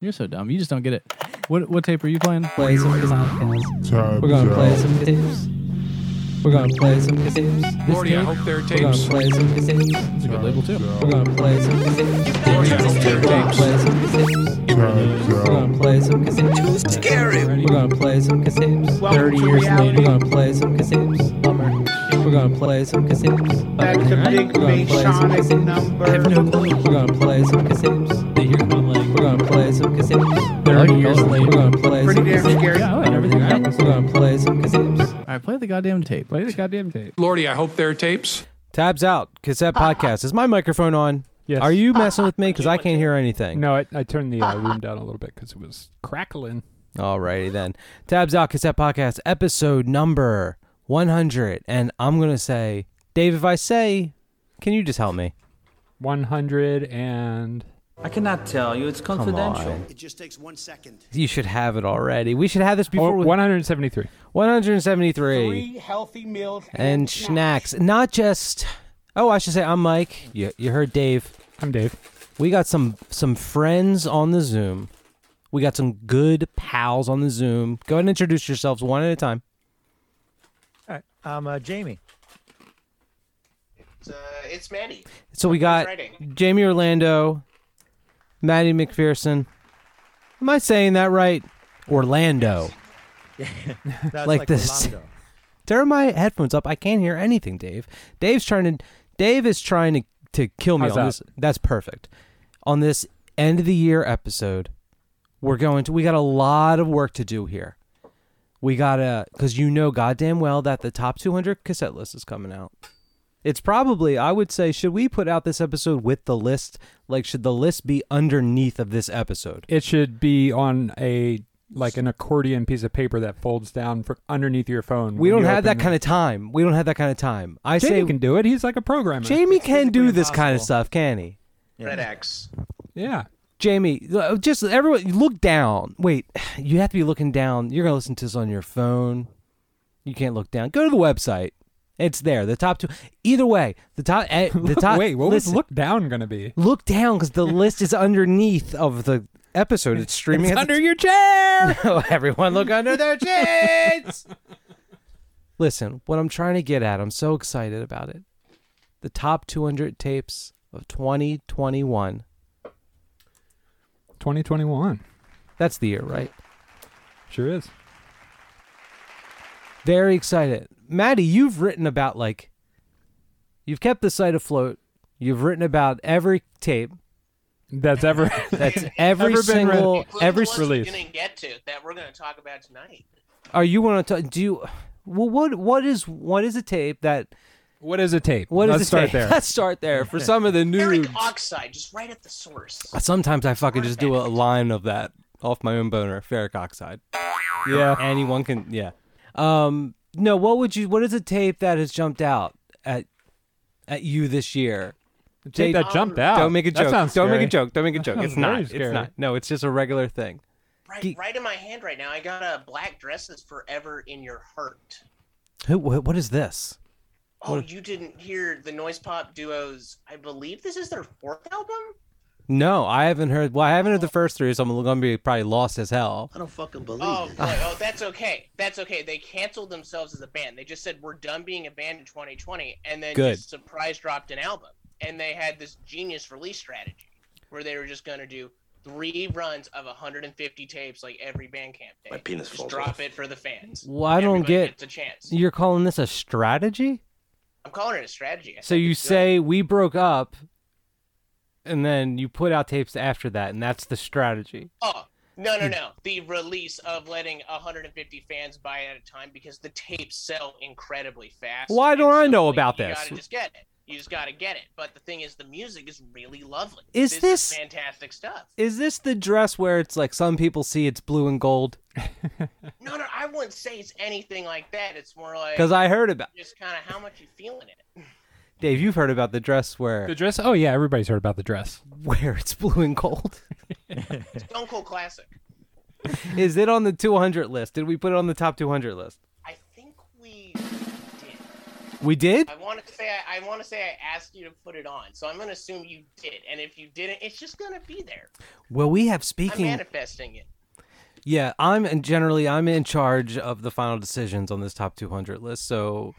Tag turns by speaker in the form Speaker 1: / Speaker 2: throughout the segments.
Speaker 1: You're so dumb. You just don't get it. What what tape are you playing?
Speaker 2: play some gazonkins.
Speaker 3: Time
Speaker 2: We're gonna play some gazoos. We're gonna play some gazoos. This
Speaker 4: Morty, I
Speaker 2: tape.
Speaker 4: hope there are
Speaker 2: We're gonna
Speaker 4: tapes.
Speaker 2: play some gazoos.
Speaker 1: It's a good label too.
Speaker 2: We're gonna play some gazoos.
Speaker 4: Morty, I hope there
Speaker 2: We're
Speaker 4: are
Speaker 2: gonna
Speaker 4: tapes.
Speaker 2: play some gazoos. We're gonna play some gazoos.
Speaker 5: Scary.
Speaker 2: We're gonna play some gazoos. Thirty years later, we're gonna play some gazoos. Bummer. We're gonna play some gazoos.
Speaker 6: That's a big Masonic number.
Speaker 2: no clue. We're gonna play some gazoos. They hear my language. We're gonna play some gazoos. Thirty years later, we're gonna play
Speaker 6: Pretty
Speaker 2: some
Speaker 6: damn
Speaker 2: gazoos.
Speaker 6: scary.
Speaker 1: Yeah, I like everything.
Speaker 2: We're gonna play some gazoos.
Speaker 1: All right, play the goddamn tape.
Speaker 4: Play the goddamn tape. Lordy, I hope there are tapes.
Speaker 7: Tabs out. Cassette podcast. Is my microphone on?
Speaker 4: Yes.
Speaker 7: Are you messing with me? Because I can't hear anything.
Speaker 4: No, I, I turned the uh, room down a little bit because it was crackling.
Speaker 7: Alrighty then. Tabs out. Cassette podcast. Episode number one hundred. And I'm gonna say, Dave, if I say, can you just help me?
Speaker 4: 100 and
Speaker 8: I cannot tell you. It's
Speaker 7: Come
Speaker 8: confidential.
Speaker 7: on.
Speaker 5: It just takes one second.
Speaker 7: You should have it already. We should have this
Speaker 4: oh,
Speaker 7: before we-
Speaker 4: 173.
Speaker 7: 173
Speaker 6: Three healthy meals
Speaker 7: and snacks. Not just. Oh, I should say I'm Mike. You you heard Dave.
Speaker 4: I'm Dave.
Speaker 7: We got some some friends on the Zoom. We got some good pals on the Zoom. Go ahead and introduce yourselves one at a time.
Speaker 9: All right. I'm uh, Jamie.
Speaker 10: It's, uh, it's Manny.
Speaker 7: So we got
Speaker 10: Friday.
Speaker 7: Jamie Orlando, Maddie McPherson. Am I saying that right? Orlando.
Speaker 9: That's
Speaker 7: Like
Speaker 9: like,
Speaker 7: this.
Speaker 9: Orlando.
Speaker 7: Turn my headphones up. I can't hear anything, Dave. Dave's trying to Dave is trying to to kill me on
Speaker 4: How's that?
Speaker 7: this. That's perfect. On this end of the year episode, we're going to we got a lot of work to do here. We gotta cause you know goddamn well that the top two hundred cassette list is coming out. It's probably I would say, should we put out this episode with the list? Like should the list be underneath of this episode?
Speaker 4: It should be on a like an accordion piece of paper that folds down for underneath your phone.
Speaker 7: We don't have that kind of time. We don't have that kind of time. I
Speaker 4: Jamie
Speaker 7: say
Speaker 4: can do it. He's like a programmer.
Speaker 7: Jamie can do this kind of
Speaker 9: impossible.
Speaker 7: stuff, can he?
Speaker 10: Red X.
Speaker 4: Yeah.
Speaker 7: Jamie, l- just everyone, look down. Wait, you have to be looking down. You're gonna listen to this on your phone. You can't look down. Go to the website. It's there. The top two. Either way, the top. eh, The top.
Speaker 4: Wait, what was
Speaker 7: listen,
Speaker 4: look down going to be?
Speaker 7: Look down because the list is underneath of the episode. It's streaming at the
Speaker 4: Under your chair.
Speaker 7: Oh, everyone look under their sheets. Listen, what I'm trying to get at, I'm so excited about it. The top 200 tapes of 2021.
Speaker 4: 2021.
Speaker 7: That's the year, right?
Speaker 4: Sure is.
Speaker 7: Very excited. Maddie, you've written about like you've kept the site afloat. You've written about every tape.
Speaker 4: That's ever.
Speaker 7: That's every
Speaker 4: Ever been read.
Speaker 7: single
Speaker 10: Including
Speaker 7: every
Speaker 10: the ones
Speaker 4: release.
Speaker 10: we didn't get to that we're going to talk about tonight.
Speaker 7: Are you want to talk do you well, what what is what is a tape that
Speaker 4: what is a tape?
Speaker 7: what is
Speaker 4: Let's
Speaker 7: a
Speaker 4: start
Speaker 7: tape?
Speaker 4: there.
Speaker 7: Let's start there for some of the new
Speaker 10: Baric oxide, just right at the source.
Speaker 7: Sometimes I fucking just do a line of that off my own boner, ferric oxide.
Speaker 4: yeah.
Speaker 7: Anyone can, yeah. Um, no, what would you? What is a tape that has jumped out at at you this year?
Speaker 4: Tape that
Speaker 10: Um,
Speaker 4: jumped out.
Speaker 7: Don't make a
Speaker 4: That
Speaker 7: joke.
Speaker 4: sounds
Speaker 7: Don't make
Speaker 4: scary.
Speaker 7: a joke. Don't make a joke.
Speaker 4: sounds
Speaker 7: It's not.
Speaker 4: very
Speaker 7: It's
Speaker 4: scary.
Speaker 7: not. No, it's just a regular thing.
Speaker 10: Right,
Speaker 7: Geek.
Speaker 10: right in my hand right now. I got a black dress is forever in your heart.
Speaker 7: Who? What, what is this?
Speaker 10: Oh, you didn't hear the noise pop duos. I believe this is their fourth album.
Speaker 7: No, I haven't heard. Well, I haven't heard the first three, so I'm gonna be probably lost as hell.
Speaker 5: I don't fucking believe
Speaker 10: Oh
Speaker 5: it.
Speaker 10: boy, oh that's okay. That's okay. They canceled themselves as a band. They just said we're done being a band in 2020, and then
Speaker 7: Good.
Speaker 10: just surprise dropped an album. And they had this genius release strategy where they were just going to do three runs of 150 tapes like every band camp day.
Speaker 5: My penis
Speaker 10: just
Speaker 5: falls
Speaker 10: drop
Speaker 5: off.
Speaker 10: it for the fans.
Speaker 7: Well, I don't
Speaker 10: Everybody
Speaker 7: get-
Speaker 10: gets a chance.
Speaker 7: You're calling this a strategy?
Speaker 10: I'm calling it a strategy. I
Speaker 7: So
Speaker 10: think
Speaker 7: you
Speaker 10: it's good.
Speaker 7: say we broke up, and then you put out tapes after that, and that's the strategy.
Speaker 10: Oh no
Speaker 7: Hmm.
Speaker 10: no no! The release of letting 150 fans buy it at a time because the tapes sell incredibly fast.
Speaker 7: Why don't
Speaker 10: And
Speaker 7: I know
Speaker 10: like,
Speaker 7: about
Speaker 10: you
Speaker 7: this?
Speaker 10: You gotta just get it. You just gotta get it. But the thing is, the music is really lovely.
Speaker 7: Is this-
Speaker 10: fantastic stuff?
Speaker 7: Is this the dress where it's like some people see it's blue and gold?
Speaker 10: No no, I wouldn't say it's anything like that. It's more like
Speaker 7: Because I heard about
Speaker 10: just kind of how much you feeling it.
Speaker 7: Dave. You've heard about the dress
Speaker 4: The
Speaker 7: where
Speaker 4: dress. Oh yeah, everybody's heard about the dress.
Speaker 7: where it's blue and gold.
Speaker 10: Stone Cold Classic.
Speaker 7: Is it on the 200 list? Did we put it on the top 200 list?
Speaker 10: I think we did.
Speaker 7: We did?
Speaker 10: I want to say I, I want to say I asked you to put it on, so I'm gonna assume you did. And if you didn't, it's just gonna be there.
Speaker 7: Well, we have
Speaker 10: I'm
Speaker 7: speaking.
Speaker 10: manifesting it.
Speaker 7: Yeah, I'm and generally I'm in charge of the final decisions on this top 200 list. So,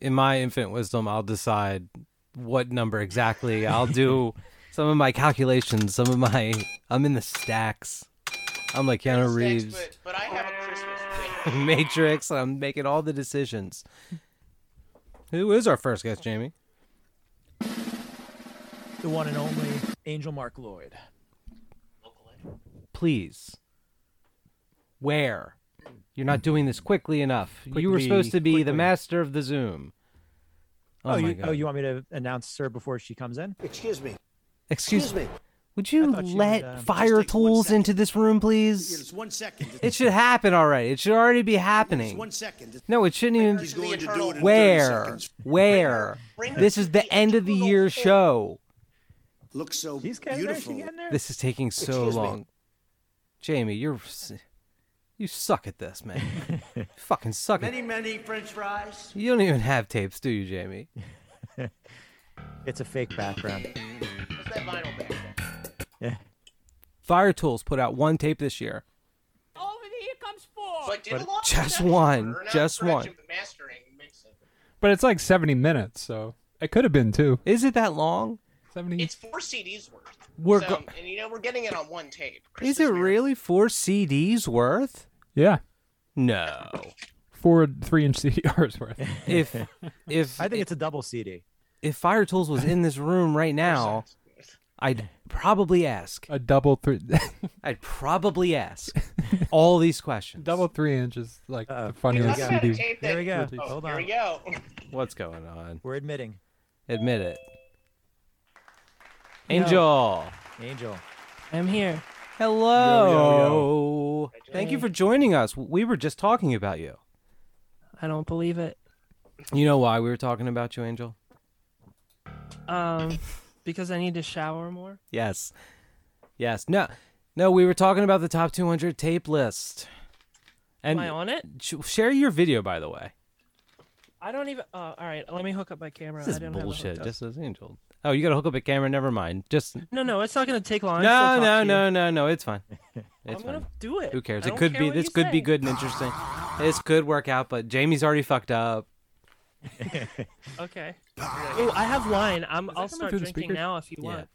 Speaker 7: in my infinite wisdom, I'll decide what number exactly. I'll do some of my calculations, some of my I'm in the stacks. I'm like Keanu
Speaker 10: Sex,
Speaker 7: Reeves,
Speaker 10: but, but I have a Christmas wish.
Speaker 7: Matrix. I'm making all the decisions. Who is our first guest, Jamie?
Speaker 9: The one and only Angel Mark Lloyd.
Speaker 7: Please. Where? You're not doing this quickly enough. you were supposed to
Speaker 4: Quickly,
Speaker 7: be the
Speaker 4: quickly.
Speaker 7: master of the Zoom. Oh, my
Speaker 9: you,
Speaker 7: God.
Speaker 9: oh, you want me to announce her before she comes in?
Speaker 3: Excuse me.
Speaker 7: Excuse,
Speaker 3: Excuse me.
Speaker 7: Would you
Speaker 9: thought you
Speaker 7: let
Speaker 9: would, um,
Speaker 3: just take
Speaker 7: fire
Speaker 3: one
Speaker 7: tools
Speaker 3: second.
Speaker 7: into this room, please?
Speaker 3: Just one second.
Speaker 7: It should happen already. It should already be
Speaker 3: Just
Speaker 7: happening.
Speaker 3: one second.
Speaker 7: No, it shouldn't
Speaker 3: He's
Speaker 7: even.
Speaker 10: the
Speaker 3: going to do
Speaker 10: eternal
Speaker 3: it in 30
Speaker 7: Where?
Speaker 3: seconds.
Speaker 7: Where?
Speaker 10: Bring her
Speaker 7: This
Speaker 10: to
Speaker 7: is the end of the
Speaker 10: eternal
Speaker 7: year
Speaker 10: flame.
Speaker 7: show.
Speaker 3: Looks so
Speaker 9: She's getting there. She's
Speaker 3: beautiful.
Speaker 9: getting there.
Speaker 7: This is taking so
Speaker 3: Excuse me.
Speaker 7: long. Jamie, you're. s- You suck at this, man. You Fucking suck at
Speaker 3: Many, many French fries.
Speaker 7: You don't even have tapes, do you, Jamie?
Speaker 9: It's a fake background.
Speaker 10: What's that vinyl back there?
Speaker 9: Yeah.
Speaker 7: Fire Tools put out one tape this year.
Speaker 10: But did a lot of
Speaker 7: just
Speaker 10: production
Speaker 7: one,
Speaker 10: or not
Speaker 7: just
Speaker 10: production,
Speaker 7: one.
Speaker 10: but mastering and mixing.
Speaker 4: But it's like 70 minutes, so it could have been too.
Speaker 7: Is it that long?
Speaker 4: 70.
Speaker 10: It's four CDs worth.
Speaker 7: We're
Speaker 10: so,
Speaker 7: go-
Speaker 10: and you know we're getting it on one tape.
Speaker 7: Is
Speaker 10: Christmas
Speaker 7: it
Speaker 10: miracle.
Speaker 7: really four CDs worth?
Speaker 4: yeah,
Speaker 7: No.
Speaker 10: Oh.
Speaker 4: four three-inch CDRs worth.
Speaker 7: If if
Speaker 9: I think it's a double CD.
Speaker 7: if Fire Tools was in this room right now, I'd probably ask.
Speaker 4: A double three,
Speaker 7: I'd probably ask all these questions.
Speaker 4: double three inches, like
Speaker 5: Uh,
Speaker 9: Uh-oh.
Speaker 4: the funniest
Speaker 10: Talk about a
Speaker 4: CD.
Speaker 10: tape that-
Speaker 9: There we go.
Speaker 10: Oh,
Speaker 9: Hold
Speaker 10: here
Speaker 9: on.
Speaker 10: we go.
Speaker 7: What's going on?
Speaker 9: We're admitting
Speaker 7: Admit it. Angel.
Speaker 9: Angel.
Speaker 2: I'm here.
Speaker 7: Hello.
Speaker 9: Yo,
Speaker 7: Oh. Thank you for joining us. We were just talking about you.
Speaker 2: I don't believe it.
Speaker 7: You know why we were talking about you, Angel?
Speaker 2: Um, because I need to shower more.
Speaker 7: Yes. Yes. No. No, we were talking about the top 200 tape list.
Speaker 2: Am
Speaker 7: And
Speaker 2: I on it?
Speaker 7: sh- share your video by the way.
Speaker 2: I don't even. Uh, all right, let me hook up my camera.
Speaker 7: This is
Speaker 2: I don't
Speaker 7: bullshit.
Speaker 2: Have it hooked up.
Speaker 7: Just as Angel. Oh, you got to hook up a camera. Never mind. Just
Speaker 2: No, no, it's not gonna take long. I'll
Speaker 7: no,
Speaker 2: still
Speaker 7: no,
Speaker 2: talk to you.
Speaker 7: no, no, no. It's fine. It's
Speaker 2: I'm gonna
Speaker 7: fine.
Speaker 2: do it.
Speaker 7: Who cares?
Speaker 2: I
Speaker 7: It
Speaker 2: don't
Speaker 7: could
Speaker 2: care
Speaker 7: be.
Speaker 2: what
Speaker 7: This
Speaker 2: you
Speaker 7: could be
Speaker 2: say.
Speaker 7: good and interesting. This could work out, but Jamie's already fucked up.
Speaker 2: Okay. Oh, I have wine. I'm. I'll
Speaker 4: coming
Speaker 2: start
Speaker 4: through the
Speaker 2: drinking
Speaker 4: speakers?
Speaker 2: now if you
Speaker 7: Yeah.
Speaker 2: want.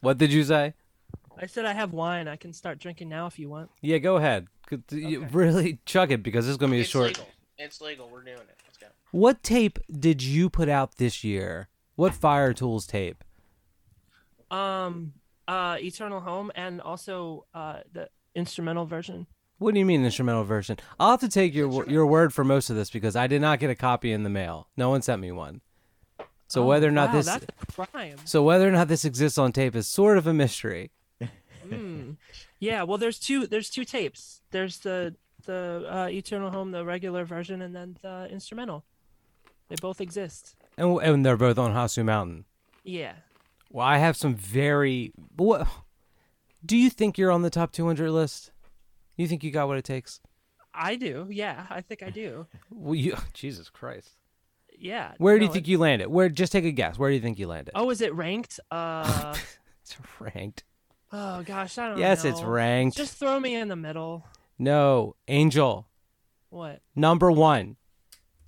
Speaker 7: What did you say?
Speaker 2: I said I have wine. I can start drinking now if you want.
Speaker 7: Yeah, go ahead. Could- you Really chuck it because this is gonna be a
Speaker 10: It's
Speaker 7: short.
Speaker 10: legal. It's legal. We're doing it. Let's go.
Speaker 7: What tape did you put out this year? What Fire Tools tape?
Speaker 2: Um, uh, Eternal Home and also uh the instrumental version.
Speaker 7: What do you mean instrumental version? I'll have to take your wo- your word for most of this because I did not get a copy in the mail. No one sent me one. So
Speaker 2: Oh,
Speaker 7: whether or not
Speaker 2: wow,
Speaker 7: this
Speaker 2: that's a crime.
Speaker 7: so whether or not this exists on tape is sort of a mystery.
Speaker 2: Mm. Yeah, well, there's two. There's two tapes. There's the the uh, Eternal Home, the regular version, and then the instrumental. They both exist.
Speaker 7: And, and they're both on Hasu Mountain.
Speaker 2: Yeah.
Speaker 7: Well, I have some very. What, do you think you're on the top 200 list? You think you got what it takes?
Speaker 2: I do, yeah. I think I do,
Speaker 7: Well, you, Jesus Christ.
Speaker 2: yeah.
Speaker 7: Where do you
Speaker 2: no,
Speaker 7: think
Speaker 2: it-
Speaker 7: you land it? Where? Just take a guess. Where do you think you land it?
Speaker 2: Oh, is it ranked? Uh,
Speaker 7: it's ranked.
Speaker 2: oh gosh, I don't
Speaker 7: Yes,
Speaker 2: know.
Speaker 7: it's ranked.
Speaker 2: Just throw me in the middle.
Speaker 7: No, Angel,
Speaker 2: What?
Speaker 7: number one.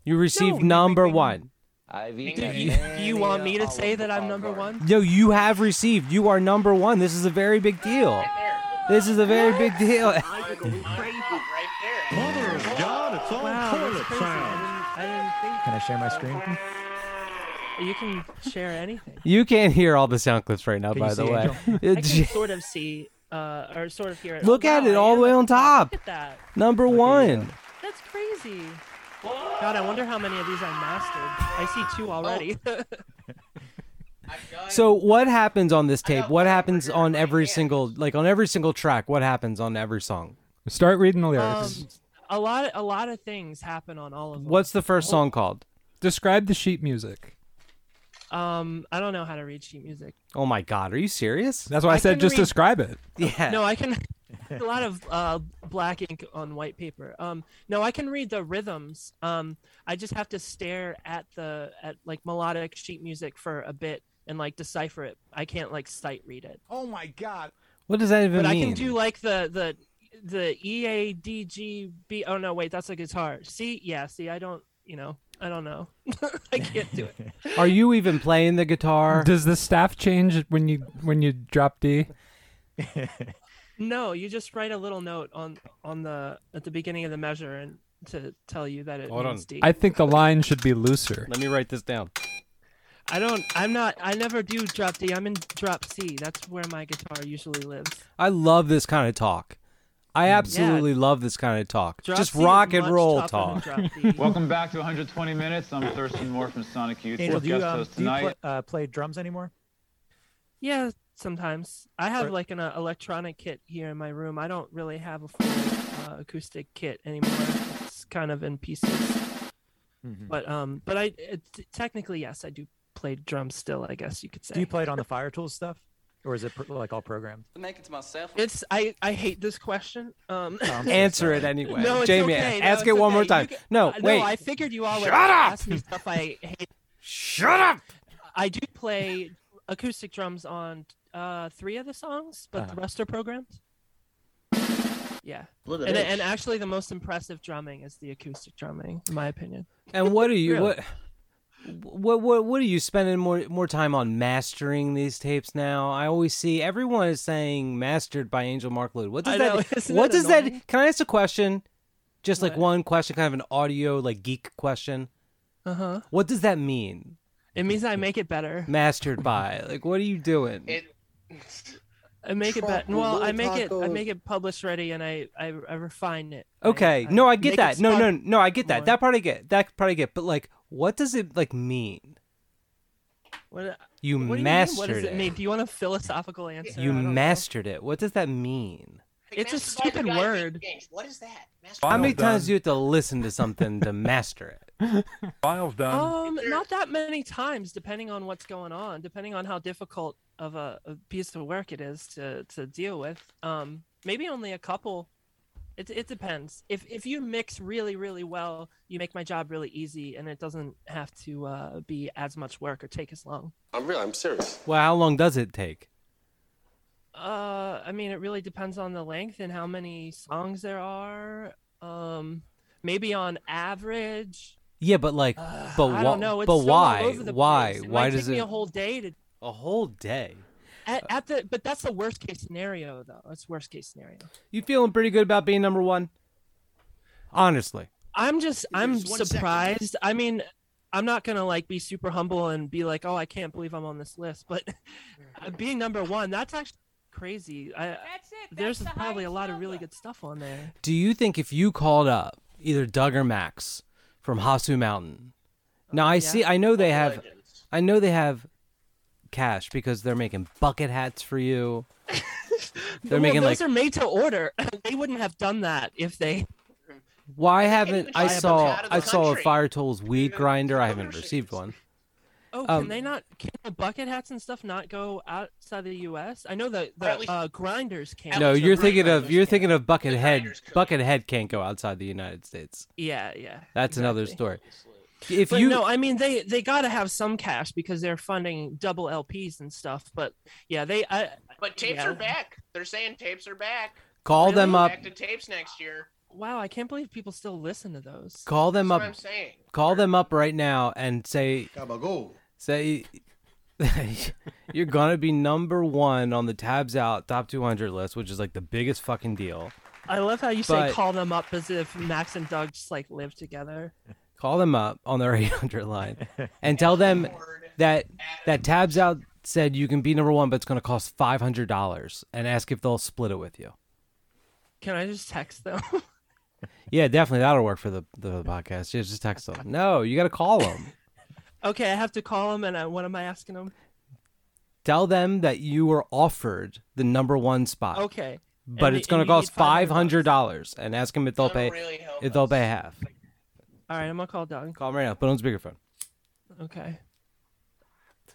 Speaker 7: You received number one.
Speaker 10: Ding, ding,
Speaker 2: You,
Speaker 10: ding.
Speaker 2: you want me to say that I'm number one?
Speaker 7: No, you have received. You are number one. This is a very big deal. This is a very big deal.
Speaker 10: Right there.
Speaker 2: Wow, that's crazy. I didn't, I didn't
Speaker 9: Can I share my screen? Can
Speaker 2: think you can share anything.
Speaker 7: You can't hear all the sound clips right now,
Speaker 9: Can you
Speaker 7: by the
Speaker 9: see
Speaker 7: way.
Speaker 2: I can sort of see, uh, or sort of hear it.
Speaker 7: Look at
Speaker 2: wow,
Speaker 7: it
Speaker 2: I
Speaker 7: all
Speaker 2: am
Speaker 7: the way
Speaker 2: at
Speaker 7: on
Speaker 2: top.
Speaker 7: top.
Speaker 2: Look at that.
Speaker 7: Number one.
Speaker 2: That's crazy. God, I wonder how many of these I mastered. I see two already.
Speaker 10: I've done
Speaker 7: So what happens on this tape?
Speaker 10: got
Speaker 7: What
Speaker 10: one over
Speaker 7: happens
Speaker 10: here
Speaker 7: on
Speaker 10: in my
Speaker 7: every
Speaker 10: hand.
Speaker 7: single like on every single track? What happens on every song?
Speaker 4: Start reading the
Speaker 2: um,
Speaker 4: lyrics.
Speaker 2: a lot, a lot of things happen on all of them.
Speaker 7: What's the first song called?
Speaker 4: Describe the sheet music.
Speaker 2: Um, I don't know how to read sheet music.
Speaker 7: Oh my god, are you serious?
Speaker 4: That's why I,
Speaker 2: I
Speaker 4: said
Speaker 2: can
Speaker 4: just
Speaker 2: read-
Speaker 4: describe it.
Speaker 7: Yeah.
Speaker 2: No, I can. a lot of uh, black ink on white paper. Um, no, I can read the rhythms. Um, I just have to stare at the at like melodic sheet music for a bit and like decipher it. I can't like sight read it,
Speaker 6: Oh my god.
Speaker 7: What does that even
Speaker 2: but I
Speaker 7: mean?
Speaker 2: can do like the the the E A D G B. Oh no, wait, that's a guitar. See, yeah, see, I don't, you know, I don't know. I can't do it.
Speaker 7: Are you even playing the guitar?
Speaker 4: Does the staff change when you when you drop D?
Speaker 2: No, you just write a little note on on the at the beginning of the measure and to tell you that it
Speaker 7: Hold
Speaker 2: means
Speaker 7: on.
Speaker 2: D.
Speaker 4: I think the line should be looser.
Speaker 7: Let me write this down.
Speaker 2: I don't. I'm not. I never do drop D. I'm in drop C. That's where my guitar usually lives.
Speaker 7: I love this kind of talk. I absolutely love this kind of talk.
Speaker 2: Drop
Speaker 7: Just
Speaker 2: C is
Speaker 7: rock and
Speaker 2: much
Speaker 7: roll
Speaker 2: tougher
Speaker 7: talk.
Speaker 2: than drop D.
Speaker 5: Welcome back to 120 Minutes. I'm Thurston Moore from Sonic Youth.
Speaker 9: Angel,
Speaker 5: With
Speaker 9: do you,
Speaker 5: guest
Speaker 9: um,
Speaker 5: host
Speaker 9: do you
Speaker 5: tonight.
Speaker 9: play, uh, play drums anymore?
Speaker 2: yeah, sometimes I have
Speaker 9: Or-
Speaker 2: like an uh, electronic kit here in my room. I don't really have a full uh, acoustic kit anymore. It's kind of in pieces.
Speaker 7: Mm-hmm.
Speaker 2: But um, but I it, technically yes, I do play drums still. I guess you could say.
Speaker 9: Do you play it on the Fire Tools stuff, or is it pr- like all programmed?
Speaker 2: It's I I hate this question. Um.
Speaker 9: Um,
Speaker 7: Answer it anyway.
Speaker 2: No, it's
Speaker 7: Jamie,
Speaker 2: okay. No,
Speaker 7: ask
Speaker 2: it's
Speaker 7: it one more
Speaker 2: okay.
Speaker 7: time.
Speaker 2: You can-
Speaker 7: no,
Speaker 2: Uh,
Speaker 7: wait.
Speaker 2: No, I figured you all would ask me stuff I hate.
Speaker 7: Shut up.
Speaker 2: I do play acoustic drums on uh, three of the songs, but
Speaker 7: Uh-huh.
Speaker 2: the rest are programmed. Yeah, and, and actually, the most impressive drumming is the acoustic drumming, in my opinion.
Speaker 7: And what are you
Speaker 9: Really?
Speaker 7: what what what what are you spending more more time on mastering these tapes now? I always see everyone is saying mastered by Angel Mark Lude. What does
Speaker 2: I
Speaker 7: that
Speaker 2: know, isn't
Speaker 7: What
Speaker 2: that
Speaker 7: does
Speaker 2: annoying?
Speaker 7: that Can I ask a question? Just like
Speaker 2: What?
Speaker 7: one question, kind of an audio like geek question.
Speaker 2: Uh huh.
Speaker 7: What does that mean?
Speaker 2: It means I make it better.
Speaker 7: Mastered by. Like what are you doing?
Speaker 10: It
Speaker 2: I make it better. Well, I make it. I make it published ready, and I I, I refine it.
Speaker 7: Okay. no, I
Speaker 2: make
Speaker 7: get
Speaker 2: it
Speaker 7: that. No, no,
Speaker 2: spark
Speaker 7: no, I get that.
Speaker 2: more.
Speaker 7: That part I get. That part I get. But like what does it like mean?
Speaker 2: What, uh,
Speaker 7: You
Speaker 2: what do you mean? What
Speaker 7: mastered
Speaker 2: does it
Speaker 7: it.
Speaker 2: mean? Do you want a philosophical answer?
Speaker 7: You
Speaker 2: I don't know.
Speaker 7: mastered it. What does that mean?
Speaker 2: It's a
Speaker 10: Master by the
Speaker 2: stupid
Speaker 10: guy who made
Speaker 2: word.
Speaker 10: games. What is that? Master
Speaker 7: How
Speaker 10: by-
Speaker 7: many times do you have to listen to something to master it?
Speaker 2: Um, not that many times, depending on what's going on, depending on how difficult of a, a piece of work it is to to deal with. Um, maybe only a couple. It it depends. If if you mix really really well, you make my job really easy, and it doesn't have to uh, be as much work or take as long. Oh.
Speaker 7: Well, how long does it take?
Speaker 2: Uh, I mean, it really depends on the length and how many songs there are. Um, maybe on average.
Speaker 7: Yeah, but like, but
Speaker 2: Uh, I
Speaker 7: why?
Speaker 2: don't know. It's
Speaker 7: But
Speaker 2: so all
Speaker 7: why?
Speaker 2: over the
Speaker 7: Why?
Speaker 2: place. It
Speaker 7: Why
Speaker 2: might
Speaker 7: does
Speaker 2: take me
Speaker 7: it
Speaker 2: a whole day to
Speaker 7: a whole day?
Speaker 2: At, at the but that's the worst case scenario though. That's worst case scenario.
Speaker 7: You feeling pretty good about being number one? Honestly,
Speaker 2: I'm just I'm
Speaker 3: There's one second.
Speaker 2: surprised. I mean, I'm not gonna like be super humble and be like, oh, I can't believe I'm on this list. But uh, being number one, that's actually crazy. I,
Speaker 8: That's it.
Speaker 2: there's
Speaker 8: That's the
Speaker 2: probably a
Speaker 8: highest
Speaker 2: lot of really
Speaker 8: number.
Speaker 2: good stuff on there.
Speaker 7: do you think if you called up either Doug or Max from Hasu Mountain? Now I
Speaker 2: Oh, yeah.
Speaker 7: see. I know they have.
Speaker 10: Legends.
Speaker 7: I know they have cash because they're making bucket hats for you. They're
Speaker 2: Well,
Speaker 7: making
Speaker 2: those
Speaker 7: like.
Speaker 2: are made to order. they wouldn't have done that if they.
Speaker 7: why
Speaker 10: even
Speaker 7: haven't I
Speaker 10: ship them
Speaker 7: saw
Speaker 10: out of the
Speaker 7: I saw a
Speaker 10: country.
Speaker 7: Fire Tools weed
Speaker 10: Even
Speaker 7: grinder? I haven't
Speaker 10: publishers.
Speaker 7: received one.
Speaker 2: Oh,
Speaker 7: Um,
Speaker 2: can they not? Can the bucket hats and stuff not go outside the U.S.? I know the
Speaker 10: Or at
Speaker 2: the
Speaker 10: least-
Speaker 2: uh, grinders can.
Speaker 7: No,
Speaker 10: Alex
Speaker 7: you're
Speaker 10: Rodriguez
Speaker 7: thinking of
Speaker 10: was
Speaker 7: you're
Speaker 10: there.
Speaker 7: thinking of Buckethead.
Speaker 10: Niners could.
Speaker 7: Buckethead can't go outside the United States.
Speaker 2: Yeah, yeah.
Speaker 7: That's another
Speaker 2: exactly.
Speaker 7: story. If
Speaker 2: But
Speaker 7: you
Speaker 2: no, I mean they they gotta have some cash because they're funding double LPs and stuff. But yeah, they I
Speaker 10: But tapes
Speaker 2: Yeah.
Speaker 10: are back. They're saying tapes are back.
Speaker 7: call them
Speaker 10: Really?
Speaker 7: up,
Speaker 10: Back to tapes next year.
Speaker 2: wow, I can't believe people still listen to those.
Speaker 7: call them
Speaker 10: That's what
Speaker 7: up,
Speaker 10: I'm saying.
Speaker 7: call them up right now, and say say you're gonna be number one on the Tabs Out Top 200 list, which is like the biggest fucking deal.
Speaker 2: I love how you
Speaker 7: But-
Speaker 2: say call them up as if Max and Doug just like live together.
Speaker 7: Call them up on their 800 line and tell them that that Tabs Out said you can be number one, but it's gonna cost five hundred dollars, and ask if they'll split it with you.
Speaker 2: Can I just text them?
Speaker 7: Yeah, definitely that'll work for the the podcast. Yeah, just text them. No, you got to call them.
Speaker 2: okay, I have to call them, and I, what am I asking them?
Speaker 7: Tell them that you were offered the number one spot,
Speaker 2: Okay,
Speaker 7: but
Speaker 2: Oh, and
Speaker 7: it's
Speaker 2: you-
Speaker 7: going to
Speaker 2: and you need
Speaker 7: cost five hundred
Speaker 2: $500.
Speaker 7: dollars, and ask them if they'll pay
Speaker 10: That'll really help
Speaker 7: if they'll
Speaker 10: us.
Speaker 7: pay half.
Speaker 2: all right, I'm gonna call Doug.
Speaker 7: Call them right now. Put on speakerphone.
Speaker 2: Okay,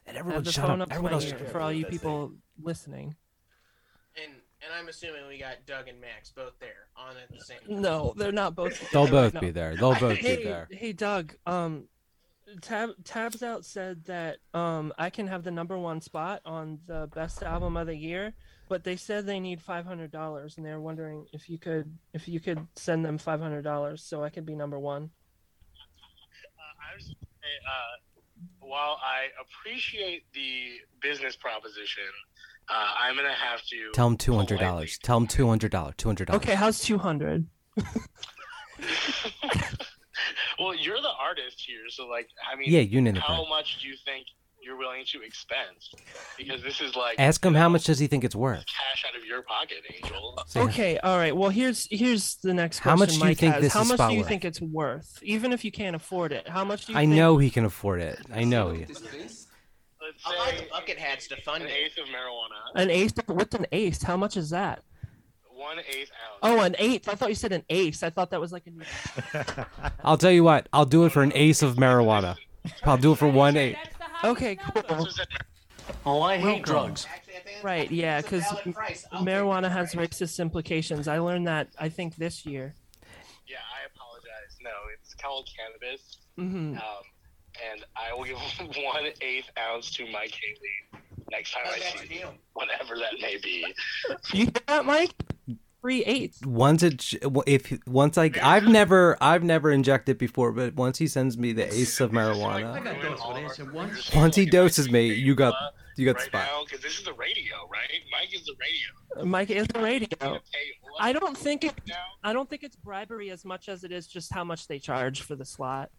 Speaker 7: And
Speaker 2: I have
Speaker 7: everyone
Speaker 2: the
Speaker 7: shut
Speaker 2: phone
Speaker 7: up.
Speaker 2: up, to
Speaker 7: everyone
Speaker 2: my
Speaker 7: else.
Speaker 2: ear
Speaker 7: shut up.
Speaker 2: for all you people listening.
Speaker 10: And and I'm assuming we got Doug and Max both there on at the same. time.
Speaker 2: No, they're not both.
Speaker 7: They'll
Speaker 2: there right
Speaker 7: both
Speaker 2: now.
Speaker 7: be there. They'll both
Speaker 2: hey,
Speaker 7: be there.
Speaker 2: Hey, Doug. Um, Tab Tabs out said that um I can have the number one spot on the best album of the year, but they said they need five hundred dollars, and they're wondering if you could if you could send them five hundred dollars so I could be number one.
Speaker 8: Uh, I was just gonna say, uh, while I appreciate the business proposition, uh, I'm gonna have to
Speaker 7: Tell him two hundred dollars. Tell him two hundred dollars. Two hundred dollars.
Speaker 2: Okay, how's two hundred?
Speaker 8: Well, you're the artist here, so like, I mean,
Speaker 7: Yeah, you need to
Speaker 8: how
Speaker 7: pay.
Speaker 8: much do you think you're willing to expense? Because this is like
Speaker 7: Ask him how much does he think it's worth.
Speaker 8: cash out of your pocket, Angel.
Speaker 7: Say-
Speaker 2: Okay, all right. Well, here's here's the next
Speaker 7: How
Speaker 2: question.
Speaker 7: much do you
Speaker 2: Mike
Speaker 7: think
Speaker 2: has.
Speaker 7: this
Speaker 2: How
Speaker 7: is
Speaker 2: much
Speaker 7: spot
Speaker 2: do you
Speaker 7: worth?
Speaker 2: think it's worth, even if you can't afford it? How much do you?
Speaker 7: I
Speaker 2: think-
Speaker 7: know he can afford it. I know he.
Speaker 8: Let's
Speaker 10: I'll buy the
Speaker 8: say
Speaker 10: bucket hats to fund
Speaker 8: an
Speaker 10: it.
Speaker 8: eighth of marijuana,
Speaker 2: An eighth. What's an eighth? How much is that?
Speaker 8: one eighth ounce.
Speaker 2: Oh, an eighth. I thought you said an ace. I thought that was like a new.
Speaker 7: I'll tell you what. I'll do it for an ace of marijuana. I'll do it for one eight.
Speaker 2: Okay, cool.
Speaker 8: This is it.
Speaker 5: Oh, I hate drugs.
Speaker 10: Actually, I think
Speaker 2: Right,
Speaker 10: that's a
Speaker 2: yeah, 'cause
Speaker 10: valid price. I'll take
Speaker 2: Marijuana
Speaker 10: that
Speaker 2: has
Speaker 10: price.
Speaker 2: racist implications. I learned that I think this year.
Speaker 8: Yeah, I apologize. No, it's called cannabis.
Speaker 2: hmm
Speaker 8: Um, and I will give one eighth ounce to Mike Haley next time
Speaker 10: Oh,
Speaker 8: I
Speaker 10: that's a
Speaker 8: see you,
Speaker 10: deal.
Speaker 8: whatever that may be.
Speaker 2: You hear that, Mike? Three eighths.
Speaker 7: Once it, sh- w- if once I, I've never, I've never injected before, but once he sends me the ace of marijuana,
Speaker 8: Ruin all of our-
Speaker 7: once he doses me, you got, you got the
Speaker 8: right
Speaker 7: spot.
Speaker 8: now because this is the radio, right? Mike is the radio.
Speaker 2: Mike is the
Speaker 8: You
Speaker 2: radio.
Speaker 8: gotta pay a lot
Speaker 2: I don't think it.
Speaker 8: now.
Speaker 2: I don't think it's bribery as much as it is just how much they charge for the slot.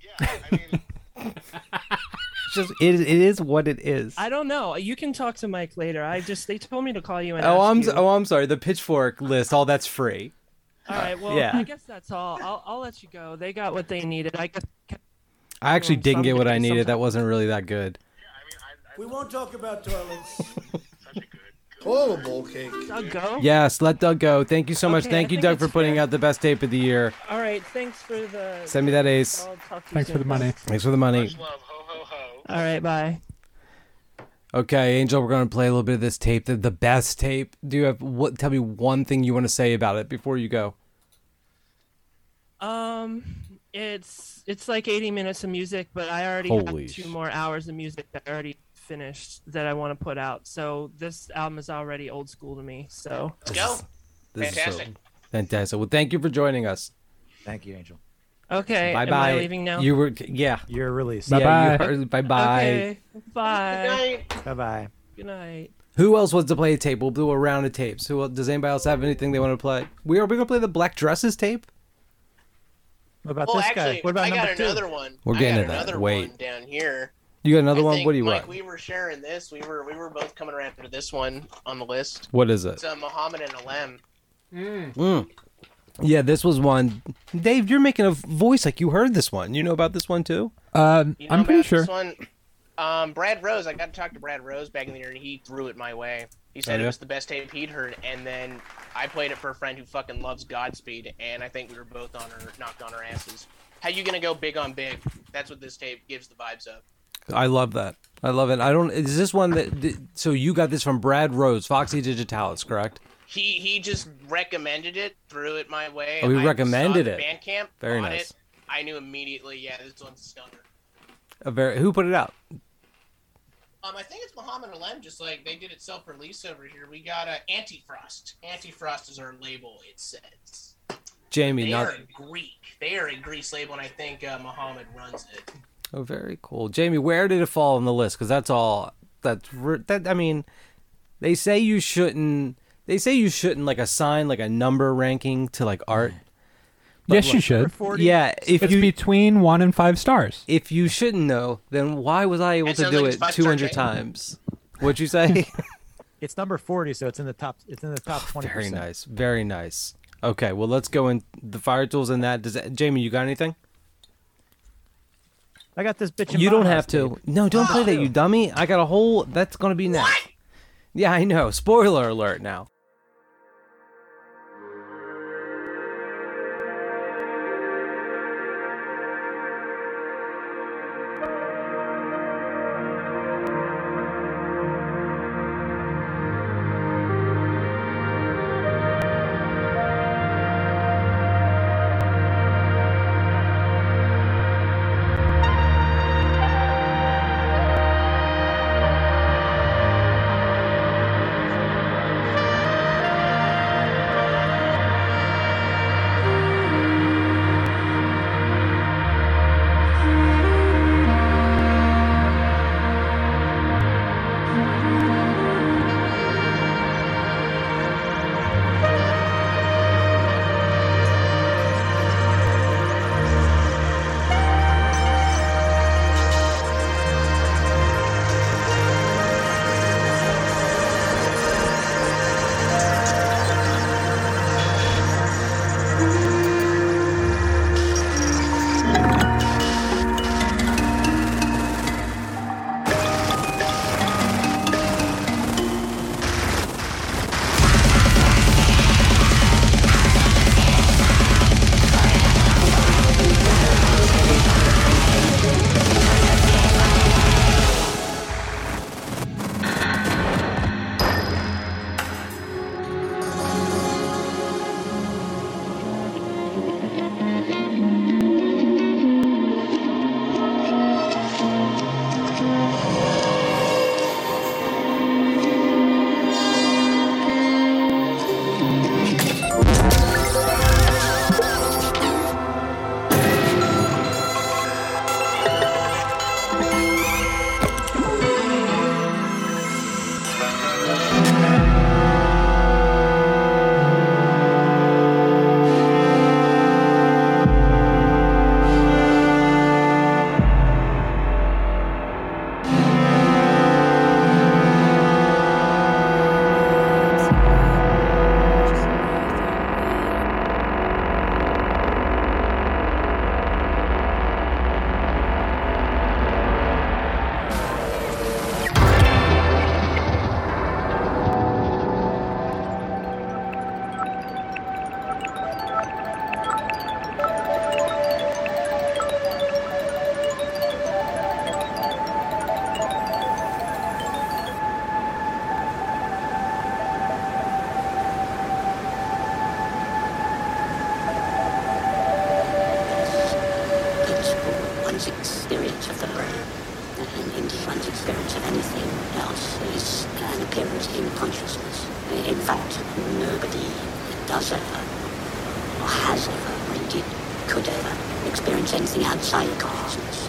Speaker 8: Yeah, I mean,
Speaker 7: It's just, it, it is what it is.
Speaker 2: I don't know. You can talk to Mike later. I just they told me to call you and
Speaker 7: Oh,
Speaker 2: ask
Speaker 7: I'm,
Speaker 2: you.
Speaker 7: oh, I'm sorry. The pitchfork list, all that's free.
Speaker 2: All right. Well,
Speaker 7: yeah.
Speaker 2: I guess that's all. I'll, I'll let you go. They got what they needed. I guess.
Speaker 7: I actually
Speaker 2: Well,
Speaker 7: didn't get what I
Speaker 2: somebody-
Speaker 7: needed. That wasn't really that good.
Speaker 3: We won't talk about toilets.
Speaker 6: Horrible cake.
Speaker 2: I'll go.
Speaker 7: Yes, let Doug go. Thank you so much.
Speaker 2: Oh. Okay, I
Speaker 7: Thank you,
Speaker 2: think
Speaker 7: Doug,
Speaker 2: it's
Speaker 7: for putting
Speaker 2: fair.
Speaker 7: out the best tape of the year.
Speaker 2: All right. Thanks for the.
Speaker 7: Send me that ace.
Speaker 2: I'll talk to you
Speaker 4: Thanks for
Speaker 2: soon.
Speaker 4: the money.
Speaker 7: Thanks for the money.
Speaker 8: much love, ho ho ho.
Speaker 2: All right. Bye.
Speaker 7: Okay, Angel, we're going to play a little bit of this tape. The, the best tape. Do you have what? Tell me one thing you want to say about it before you go.
Speaker 2: Um, it's it's like 80 minutes of music, but I already
Speaker 7: Holy
Speaker 2: have
Speaker 7: sh-
Speaker 2: two more hours of music that I already finished that I want to put out. So this album is already old school to me. So
Speaker 10: Let's go.
Speaker 7: This Is
Speaker 10: Fantastic.
Speaker 7: so, fantastic. Well, thank you for joining us.
Speaker 9: Thank you, Angel.
Speaker 2: okay,
Speaker 7: Bye
Speaker 2: am
Speaker 7: bye.
Speaker 2: I leaving now?
Speaker 7: You were yeah.
Speaker 9: You're released.
Speaker 4: Bye-bye.
Speaker 7: Bye bye.
Speaker 2: okay, bye.
Speaker 10: Night.
Speaker 9: Bye bye.
Speaker 2: Good night.
Speaker 7: Who else wants to play a tape? We'll do a round of tapes. Who el- does anybody else have anything they want to play? We are we gonna play the black dresses tape?
Speaker 9: What about
Speaker 10: Well,
Speaker 9: this
Speaker 10: actually,
Speaker 9: guy? What about
Speaker 10: I
Speaker 9: number
Speaker 10: got
Speaker 9: two?
Speaker 10: another one.
Speaker 7: We're
Speaker 10: I
Speaker 7: getting
Speaker 10: got
Speaker 7: to that.
Speaker 10: another
Speaker 7: Wait.
Speaker 10: one down here.
Speaker 7: You got another
Speaker 10: I
Speaker 7: one?
Speaker 10: think,
Speaker 7: What do you
Speaker 10: Mike,
Speaker 7: want?
Speaker 10: we were sharing this. We were we were both coming around to this one on the list.
Speaker 7: What is it?
Speaker 10: It's uh, Muhammad and Alem.
Speaker 7: Mm. Yeah, this was one. Dave, you're making a voice like you heard this one. You know about this one too?
Speaker 4: Um,
Speaker 10: You know
Speaker 4: I'm pretty
Speaker 10: about
Speaker 4: sure.
Speaker 10: This one, um, Brad Rose. I got to talk to Brad Rose back in the year, and he threw it my way. He said
Speaker 7: Oh, yeah?
Speaker 10: it was the best tape he'd heard, and then I played it for a friend who fucking loves Godspeed, and I think we were both on her knocked on our asses. How you gonna go big on big? That's what this tape gives the vibes of.
Speaker 7: I love that. I love it. I don't. Is this one that? th- So you got this from Brad Rose, Foxy Digitalis, correct?
Speaker 10: He he just recommended it, threw it my way.
Speaker 7: Oh, he
Speaker 10: I
Speaker 7: recommended
Speaker 10: saw
Speaker 7: it.
Speaker 10: Bandcamp.
Speaker 7: Very
Speaker 10: bought
Speaker 7: nice.
Speaker 10: It. I knew immediately. Yeah, this one's stunner.
Speaker 7: A very. Who put it out?
Speaker 10: Um, I think it's Muhammad Alem, just like they did it self release over here. We got uh, Antifrost. Antifrost is our label, it says.
Speaker 7: Jamie.
Speaker 10: They
Speaker 7: not.
Speaker 10: are a Greek. They are a Greece label, and I think uh, Muhammad runs it.
Speaker 7: Oh, very cool, Jamie. Where did it fall on the list? Because that's all. That's re- that. I mean, they say you shouldn't. They say you shouldn't like assign like a number ranking to like art.
Speaker 4: Yes, you should.
Speaker 7: Yeah, if
Speaker 4: It's
Speaker 7: you
Speaker 4: between one and five stars.
Speaker 7: if you shouldn't know, then why was I able
Speaker 10: That
Speaker 7: to
Speaker 10: sounds
Speaker 7: do
Speaker 10: like it's
Speaker 7: it
Speaker 10: five-star
Speaker 7: two hundred
Speaker 10: game.
Speaker 7: times? What'd you say?
Speaker 9: It's number forty, so it's in the top. It's in the top twenty.
Speaker 7: Oh, very nice, very nice. Okay, well let's go in the fire tools and that. Does that, Jamie, you got anything?
Speaker 9: I got this bitch. in
Speaker 7: You don't
Speaker 9: my
Speaker 7: have
Speaker 9: house,
Speaker 7: to.
Speaker 9: dude.
Speaker 7: No, don't play that, you dummy. I got a whole. That's gonna be next. Yeah, I know. Spoiler alert now.
Speaker 11: experience of the brain. And in one's experience of anything else is an appearance in consciousness. In fact, nobody does ever, or has ever, or indeed could ever, experience anything outside of consciousness.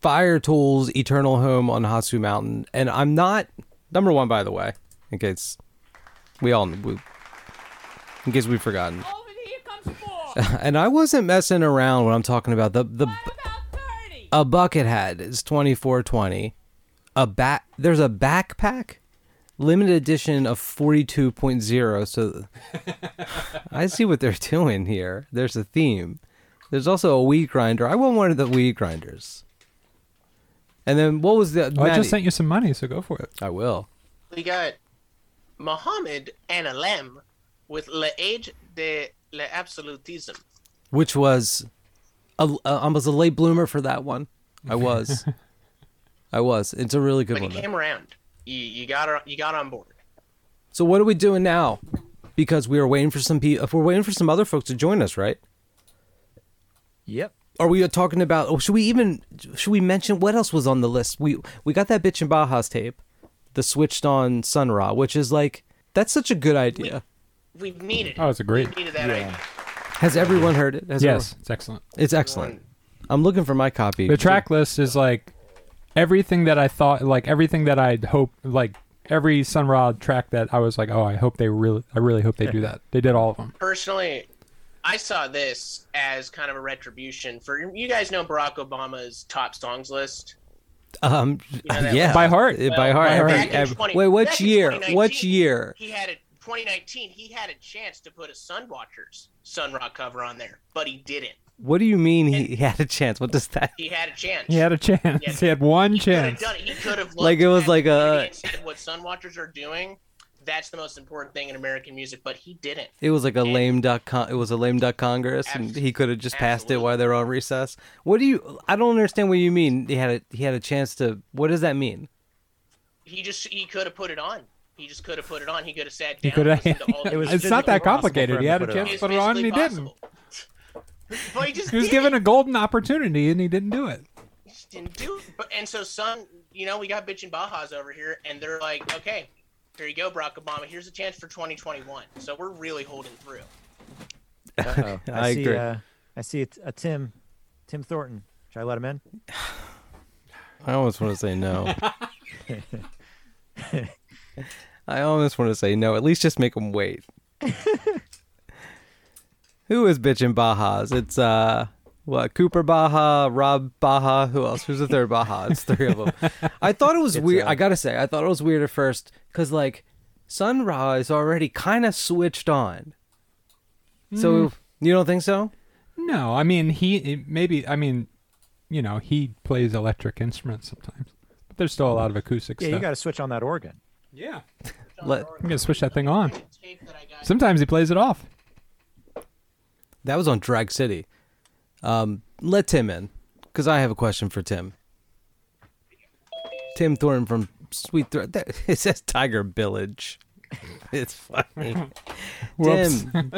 Speaker 7: Fire Tools Eternal Home on Hatsu Mountain, and I'm not number one, by the way, in case we all we, in case we've forgotten. and I wasn't messing around when I'm talking about the the a bucket hat is twenty four twenty. A back there's a backpack, limited edition of forty two point zero. So I see what they're doing here. There's a theme. There's also a weed grinder. I want one of the weed grinders. And then what was the?
Speaker 4: Oh, I
Speaker 7: Maddie-
Speaker 4: just sent you some money, so go for it.
Speaker 7: I will.
Speaker 10: We got Muhammad and Alem with Le Age de l'Absolutism.
Speaker 7: which was a, a, I was a late bloomer for that one. I was, I was. It's a really good
Speaker 10: But you
Speaker 7: one. though.
Speaker 10: came around. You, you got you got on board.
Speaker 7: So what are we doing now? Because we are waiting for some people. If we're waiting for some other folks to join us, right?
Speaker 9: Yep.
Speaker 7: Are we talking about? Oh, should we even? Should we mention what else was on the list? We we got that bitch in Baja's tape, the switched on Sun Ra, which is like that's such a good idea.
Speaker 10: We needed.
Speaker 4: Oh, it's a great.
Speaker 10: We needed that idea.
Speaker 7: Has everyone heard it? Has
Speaker 4: Yes,
Speaker 7: everyone-
Speaker 4: it's excellent.
Speaker 7: It's excellent. I'm looking for my copy.
Speaker 4: The track list is like everything that I thought, like everything that I'd hope, like every Sun Ra track that I was like, oh, I hope they really, I really hope they do that. They did all of them.
Speaker 10: Personally, I saw this as kind of a retribution for you guys know Barack Obama's top songs list.
Speaker 7: Um,
Speaker 10: know that
Speaker 7: yeah,
Speaker 10: one? By
Speaker 7: heart, by heart.
Speaker 10: Back
Speaker 7: every-
Speaker 10: in
Speaker 7: every-
Speaker 10: 20
Speaker 7: wait,
Speaker 10: back
Speaker 7: what
Speaker 10: in
Speaker 7: year?
Speaker 10: 2019,
Speaker 7: What year?
Speaker 10: He had a 2019. He had a chance to put a Sunwatchers Sun Rock cover on there, but he didn't.
Speaker 7: What do you mean he, he had a chance? What does that?
Speaker 10: He had a chance.
Speaker 4: He had a chance.
Speaker 10: Yeah.
Speaker 4: He had one
Speaker 10: He could have
Speaker 4: chance.
Speaker 10: done it. He could have
Speaker 7: Like it was like a,
Speaker 10: said what Sunwatchers are doing. That's the most important thing in American music, but he didn't.
Speaker 7: it was like a lame duck. Con- it was a lame duck Congress, and he could have just passed it while they were on recess. What do you? I don't understand what you mean. He had a he had a chance to. What does that mean?
Speaker 10: He just he could have put it on. He just could have put it on. He could have sat
Speaker 4: He
Speaker 10: down.
Speaker 4: could have.
Speaker 10: listened to all the
Speaker 4: It's
Speaker 10: music.
Speaker 4: not that
Speaker 9: physically possible
Speaker 4: complicated.
Speaker 9: for
Speaker 4: He
Speaker 9: him
Speaker 4: had
Speaker 9: to
Speaker 4: a
Speaker 9: put it
Speaker 4: chance
Speaker 9: on.
Speaker 4: to put it on, and he didn't.
Speaker 10: But he just
Speaker 4: He was
Speaker 10: didn't.
Speaker 4: given a golden opportunity, and he didn't do it.
Speaker 10: just didn't do it. But and so some, you know, we got bitching Bajas over here, and they're like, okay, here you go, Barack Obama. Here's a chance for 2021. So we're really holding through.
Speaker 7: Uh-oh.
Speaker 9: I,
Speaker 7: I
Speaker 9: see,
Speaker 7: agree.
Speaker 9: Uh, I see a, a Tim, Tim Thornton. Should I let him in?
Speaker 7: I almost want to say no. I almost want to say no. At least just make them wait. Who is bitching Bajas? It's uh, what Cooper Baja, Rob Baja. Who else? Who's the third Baja? It's three of them. I thought it was weird. I gotta say, I thought it was weird at first because like Sun Ra is already kind of switched on. So you don't think so?
Speaker 4: Mm. No, I mean he it- maybe. I mean, you know, he plays electric instruments sometimes, but there's still a lot of acoustic
Speaker 9: Yeah,
Speaker 4: stuff.
Speaker 9: you got to switch on that organ.
Speaker 4: Yeah.
Speaker 7: Let,
Speaker 4: I'm gonna switch that thing on. Sometimes he plays it off.
Speaker 7: That was on Drag City. Um, let Tim in, because I have a question for Tim. Tim Thornton from Sweet Throat. That, it says Tiger Village. It's funny.
Speaker 4: Whoops.
Speaker 7: Tim.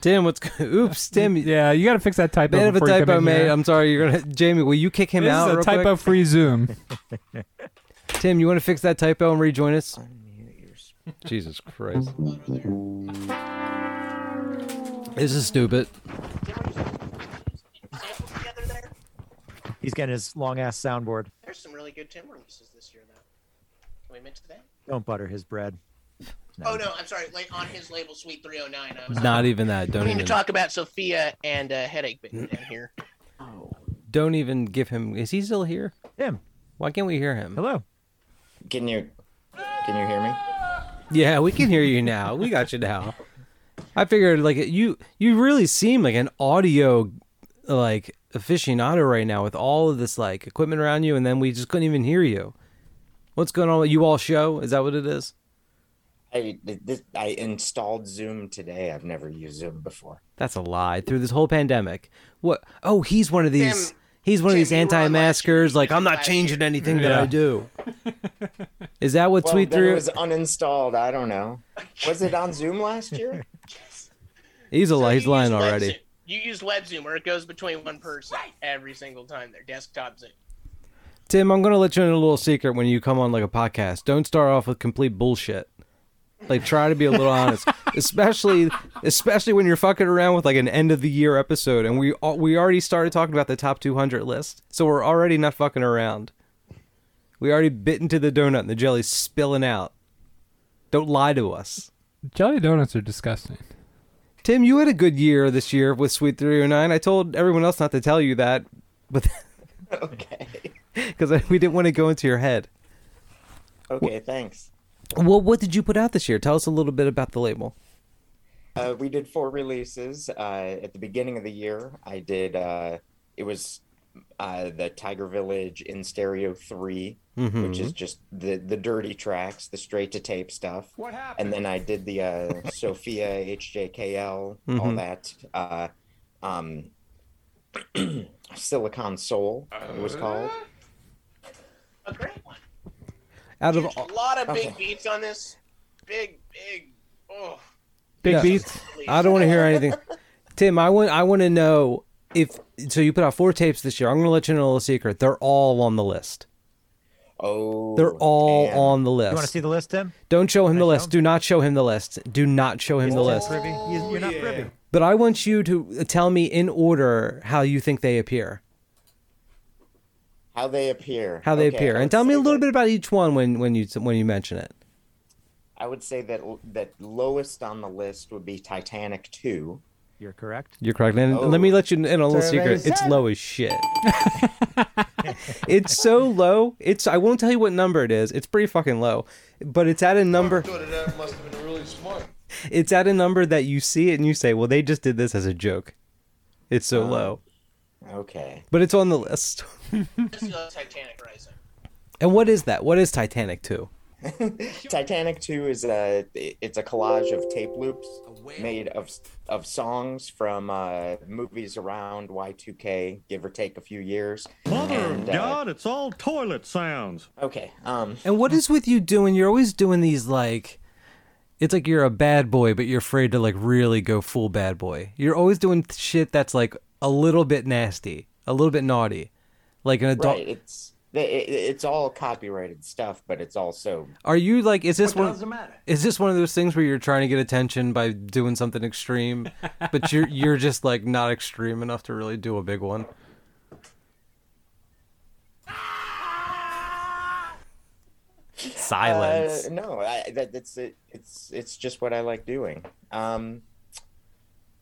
Speaker 7: Tim, what's go- oops, Tim.
Speaker 4: Yeah, you got to fix that typo.
Speaker 7: Bit of a
Speaker 4: before you come
Speaker 7: typo,
Speaker 4: in
Speaker 7: mate.
Speaker 4: here.
Speaker 7: I'm sorry. You're gonna Jamie. Will you kick him
Speaker 4: this
Speaker 7: out?
Speaker 4: is a
Speaker 7: real quick?
Speaker 4: typo free Zoom.
Speaker 7: Tim, you want to fix that typo and rejoin us? Jesus Christ. This is stupid.
Speaker 9: He's getting his long ass soundboard.
Speaker 10: There's some really good Tim releases this year, though. Can we mention that?
Speaker 9: Don't butter his bread.
Speaker 10: Oh no, I'm sorry. Like on his label, Sweet 309. I was
Speaker 7: Not even that. Don't
Speaker 10: We need
Speaker 7: even.
Speaker 10: to talk about Sophia and uh, headache bit down here.
Speaker 7: Don't even give him. Is he still here?
Speaker 9: Tim.
Speaker 7: Why can't we hear him?
Speaker 9: Hello.
Speaker 12: Can you can you hear me?
Speaker 7: Yeah, we can hear you now. We got you now. I figured like you you really seem like an audio like aficionado right now with all of this like equipment around you and then we just couldn't even hear you. What's going on with you all show? Is that what it is?
Speaker 12: I this, I installed Zoom today. I've never used Zoom before.
Speaker 7: That's a lie. Through this whole pandemic. What oh he's one of these he's one of these anti maskers, like I'm not changing anything that I
Speaker 12: Yeah.
Speaker 7: do. Is that what
Speaker 12: well,
Speaker 7: Sweet
Speaker 12: then it
Speaker 7: Through
Speaker 12: was uninstalled. I don't know. Was it on Zoom last year?
Speaker 7: He's a lie he's lying already.
Speaker 10: You use WebZoom, where it goes between one person every single time. Their desktop Zoom.
Speaker 7: Tim, I'm gonna let you in a little secret when you come on like a podcast. Don't start off with complete bullshit. Like try to be a little honest, especially especially when you're fucking around with like an end of the year episode, and we al- we already started talking about the top 200 list, so we're already not fucking around. We already bit into the donut, and the jelly's spilling out. Don't lie to us.
Speaker 4: Jelly donuts are disgusting.
Speaker 7: Tim, you had a good year this year with Sweet 309. I told everyone else not to tell you that, but okay, because we didn't want to go into your head.
Speaker 12: Okay, thanks.
Speaker 7: Well, what did you put out this year? Tell us a little bit about the label.
Speaker 12: Uh, we did four releases uh, at the beginning of the year. I did. Uh, it was uh, the Tiger Village in Stereo 3 which is
Speaker 7: Mhm.
Speaker 12: just the the dirty tracks, the straight to tape stuff. What happened? And then I did the uh, Sophia HJKL, all
Speaker 7: Mhm.
Speaker 12: that. Uh, um, Silicon Soul it was
Speaker 9: Uh,
Speaker 12: called.
Speaker 7: Out of
Speaker 10: A lot of big
Speaker 12: Okay.
Speaker 10: beats on this. Big, big. Oh,
Speaker 4: Big
Speaker 7: No,
Speaker 4: beats.
Speaker 7: I don't want to hear anything. Tim, I want I want to know if so. You put out four tapes this year. I'm going to let you know a little secret. They're all on the list.
Speaker 12: Oh,
Speaker 7: They're all on the list.
Speaker 9: You want to see the list, Tim?
Speaker 7: Don't show him the list. Do not show him the list. Do not show him the
Speaker 9: Tim
Speaker 7: list.
Speaker 9: Privy? You- You're not
Speaker 12: Oh,
Speaker 9: privy.
Speaker 7: But I want you to uh, tell me in order how you think they appear,
Speaker 12: How they appear.
Speaker 7: how they
Speaker 12: Okay,
Speaker 7: appear,
Speaker 12: I
Speaker 7: and
Speaker 12: would
Speaker 7: tell me a little bit about each one when when you when you mention it.
Speaker 12: I would say that that lowest on the list would be Titanic 2.
Speaker 9: You're correct.
Speaker 7: You're correct. And let me let you in on a little secret. It's low as shit. it's so low. It's I won't tell you what number it is. It's pretty fucking low. But it's at a number
Speaker 6: Thought of that must have been really smart.
Speaker 7: it's at a number that you see it and you say, "Well, they just did this as a joke." It's so low.
Speaker 12: Oh, Okay.
Speaker 7: But it's on the list.
Speaker 10: this is a Titanic rising.
Speaker 7: And what is that? What is Titanic 2?
Speaker 12: Titanic 2 is a it's a collage of tape loops made of of songs from uh, movies around Y2K, give or take a few years.
Speaker 3: Mother
Speaker 12: And,
Speaker 3: of
Speaker 12: uh,
Speaker 3: God, it's all toilet sounds.
Speaker 12: Okay. Um
Speaker 7: And what is with you doing? You're always doing these like it's like you're a bad boy, but you're afraid to like really go full bad boy. You're always doing shit that's like a little bit nasty, a little bit naughty. Like an adult.
Speaker 12: right, it's it, it's all copyrighted stuff, but it's also
Speaker 7: Are you like is this
Speaker 12: What
Speaker 7: one
Speaker 12: does it matter?
Speaker 7: Is this one of those things where you're trying to get attention by doing something extreme, but you're you're just like not extreme enough to really do a big one? Silence.
Speaker 12: Uh, no, I, that, that's it. It's it's just what I like doing. Um,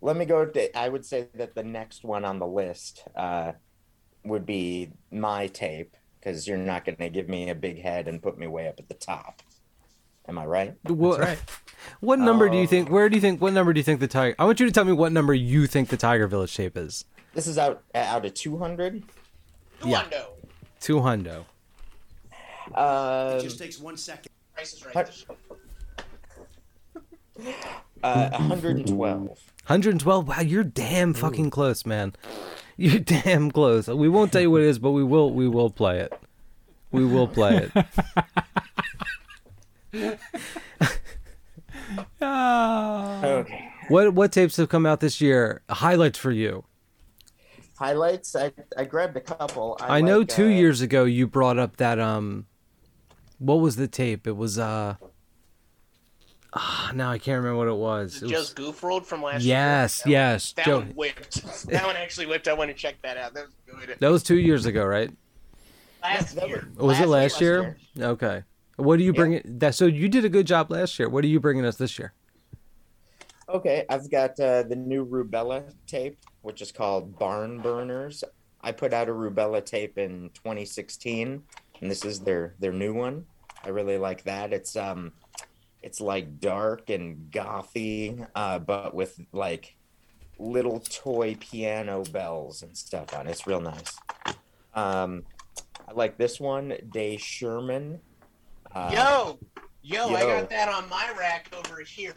Speaker 12: let me go. To, I would say that the next one on the list uh, would be my tape because you're not going to give me a big head and put me way up at the top. Am I right?
Speaker 7: What, what number do you
Speaker 12: Oh.
Speaker 7: think? Where do you think? What number do you think the tiger? I want you to tell me what number you think the Tiger Village shape is.
Speaker 12: This is out out of two hundred.
Speaker 7: Yeah, two hundo.
Speaker 12: Uh,
Speaker 6: it just takes one second.
Speaker 10: Price is right.
Speaker 12: Part- uh, 112.
Speaker 7: 112. Wow, you're damn fucking close, man. You're damn close. We won't tell you what it is, but we will. We will play it. We will play it. Ah.
Speaker 12: Okay.
Speaker 7: What what tapes have come out this year? Highlights for you.
Speaker 12: Highlights. I, I grabbed a couple.
Speaker 7: I, know
Speaker 12: like,
Speaker 7: two
Speaker 12: uh,
Speaker 7: years ago you brought up that um, what was the tape? It was uh, ah, now I can't remember what it was. It
Speaker 10: Joe's
Speaker 7: was
Speaker 10: goof rolled from last year.
Speaker 7: yes, yes,
Speaker 10: That
Speaker 7: Joe.
Speaker 10: one whipped. That one actually whipped. I want to check that out. That was good.
Speaker 7: That was two years ago, right?
Speaker 10: Last year.
Speaker 7: Was it last year? Okay. What do you bring? That so you did a good job last year. What are you bringing us this year?
Speaker 12: Okay, I've got uh, the new rubella tape, which is called Barn Burners. I put out a rubella tape in 2016, and this is their their new one. I really like that. It's um, it's like dark and gothy, uh, but with like little toy piano bells and stuff on. it. It's real nice. Um, I like this one, Day Sherman. Uh,
Speaker 10: Yo, yo, I
Speaker 12: Yo.
Speaker 10: got that on my rack over here.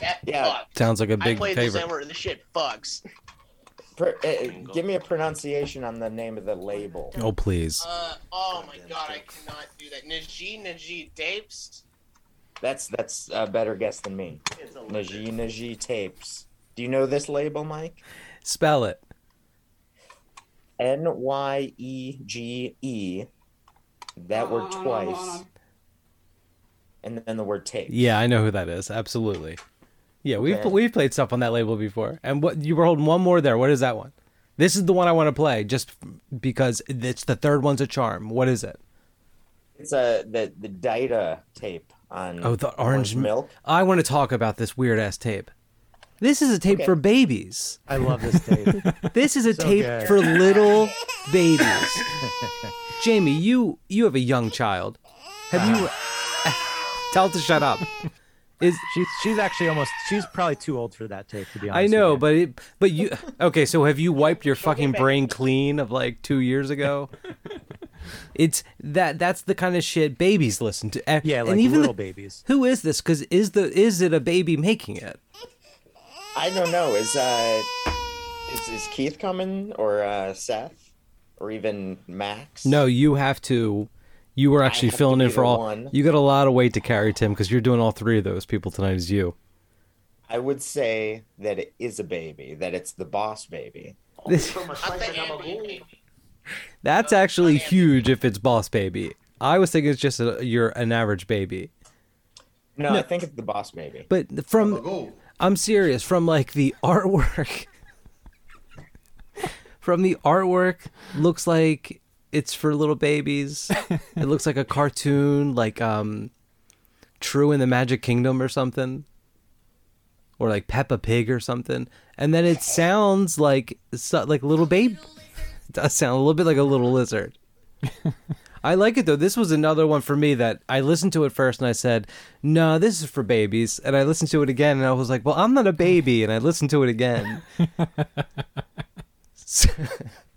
Speaker 10: That
Speaker 12: Yeah.
Speaker 10: fucked.
Speaker 7: Sounds like a
Speaker 10: I
Speaker 7: big
Speaker 10: played this
Speaker 7: favorite.
Speaker 10: over. This shit fucks.
Speaker 12: Pr- uh, uh, give me a pronunciation on the name of the label.
Speaker 7: Oh please.
Speaker 10: Uh, oh my god, I cannot do that. Najee Najee Dapes.
Speaker 12: That's that's a better guess than me. Najee Najee tapes. Do you know this label, Mike?
Speaker 7: Spell it.
Speaker 12: N Y E G E. That word twice. and then the word tape.
Speaker 7: Yeah, I know who that is. Absolutely. Yeah, we've
Speaker 12: Okay.
Speaker 7: we've played stuff on that label before. And what you were holding one more there. What is that one? This is the one I want to play just because it's the third one's a charm. What is it?
Speaker 12: It's a the the Dita tape on.
Speaker 7: Oh, the orange
Speaker 12: Mm. milk.
Speaker 7: milk. I want to talk about this weird ass tape. This is a tape
Speaker 12: Okay.
Speaker 7: for babies.
Speaker 9: I love this tape.
Speaker 7: this is a
Speaker 9: So
Speaker 7: tape
Speaker 9: good.
Speaker 7: for little babies. Jamie, you you have a young child. Have you? Tell it to shut up. Is
Speaker 9: Ah. she's she's actually almost she's probably too old for that tape to be honest.
Speaker 7: I
Speaker 9: with
Speaker 7: know, but it, but you okay? So have you wiped your fucking brain clean of like two years ago? It's that that's the kind of shit babies listen to. And,
Speaker 9: Yeah,
Speaker 7: and
Speaker 9: like
Speaker 7: even the-
Speaker 9: little babies.
Speaker 7: Who is this? Because is the is it a baby making it?
Speaker 12: I don't know. Is uh, is, is Keith coming or uh, Seth or even Max?
Speaker 7: No, you have to. You were actually
Speaker 12: have to
Speaker 7: filling
Speaker 12: be
Speaker 7: in for
Speaker 12: the
Speaker 7: all.
Speaker 12: one.
Speaker 7: You got a lot of weight to carry, Tim, because you're doing all three of those people tonight. Is you?
Speaker 12: I would say that it is a baby. That it's the boss baby.
Speaker 7: This-
Speaker 12: Oh,
Speaker 7: That's actually huge if it's boss baby. I was thinking it's just a, you're an average baby.
Speaker 12: No,
Speaker 7: No.
Speaker 12: I think it's the boss baby.
Speaker 7: But um,
Speaker 12: Oh,
Speaker 7: from I'm serious, from like the artwork from the artwork looks like it's for little babies. it looks like a cartoon like um True in the Magic Kingdom or something. Or like Peppa Pig or something. And then it sounds like so- like little babe it does sound a little bit like a little lizard. I like it though. This was another one for me that I listened to it first and I said, "No, this is for babies." And I listened to it again and I was like, "Well, I'm not a baby." And I listened to it again. so,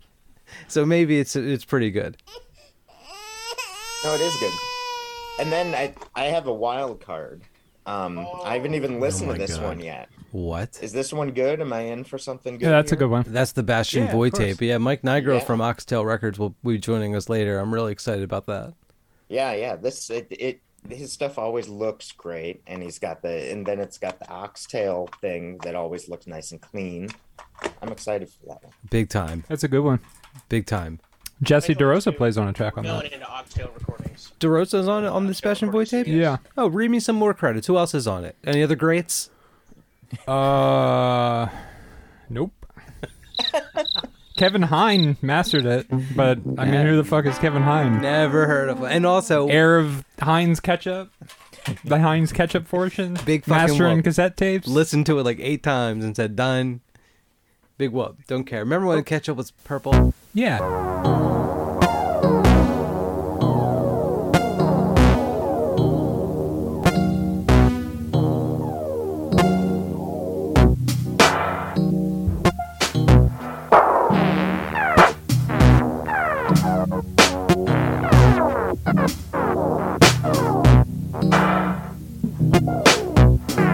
Speaker 7: so maybe it's it's pretty good.
Speaker 12: No, it is good. And then I I have a wild card. Um, I haven't even listened
Speaker 7: my
Speaker 12: to this
Speaker 7: God.
Speaker 12: one yet.
Speaker 7: What?
Speaker 12: Is this one good? Am I in for something good?
Speaker 4: Yeah, that's a
Speaker 12: here?
Speaker 4: good one.
Speaker 7: That's the Bastion
Speaker 12: Yeah, of
Speaker 7: Void
Speaker 12: course.
Speaker 7: tape. Yeah, Mike Nigro
Speaker 12: Yeah.
Speaker 7: from Oxtail Records will be joining us later. I'm really excited about that.
Speaker 12: Yeah, yeah. This it, it his stuff always looks great, and he's got the and then it's got the oxtail thing that always looks nice and clean. I'm excited for that one.
Speaker 7: Big time.
Speaker 4: That's a good one.
Speaker 7: Big time.
Speaker 4: Jesse DeRosa plays on a track on that.
Speaker 10: Going into Oxtail recordings.
Speaker 7: DeRosa's on on this Bastion Void tape.
Speaker 4: Yeah.
Speaker 7: Oh, read me some more credits. Who else is on it? Any other greats?
Speaker 4: Uh, nope. Kevin Hine mastered it, but I mean, who the fuck is Kevin Hine?
Speaker 7: Never heard of him. And also,
Speaker 4: heir of Heinz ketchup, the Heinz ketchup fortune,
Speaker 7: Big fucking
Speaker 4: master and
Speaker 7: whoop.
Speaker 4: cassette tapes.
Speaker 7: Listened to it like eight times and said done. Big whoop. Don't care. Remember
Speaker 9: Oh.
Speaker 7: when ketchup was purple?
Speaker 4: Yeah.
Speaker 11: Thank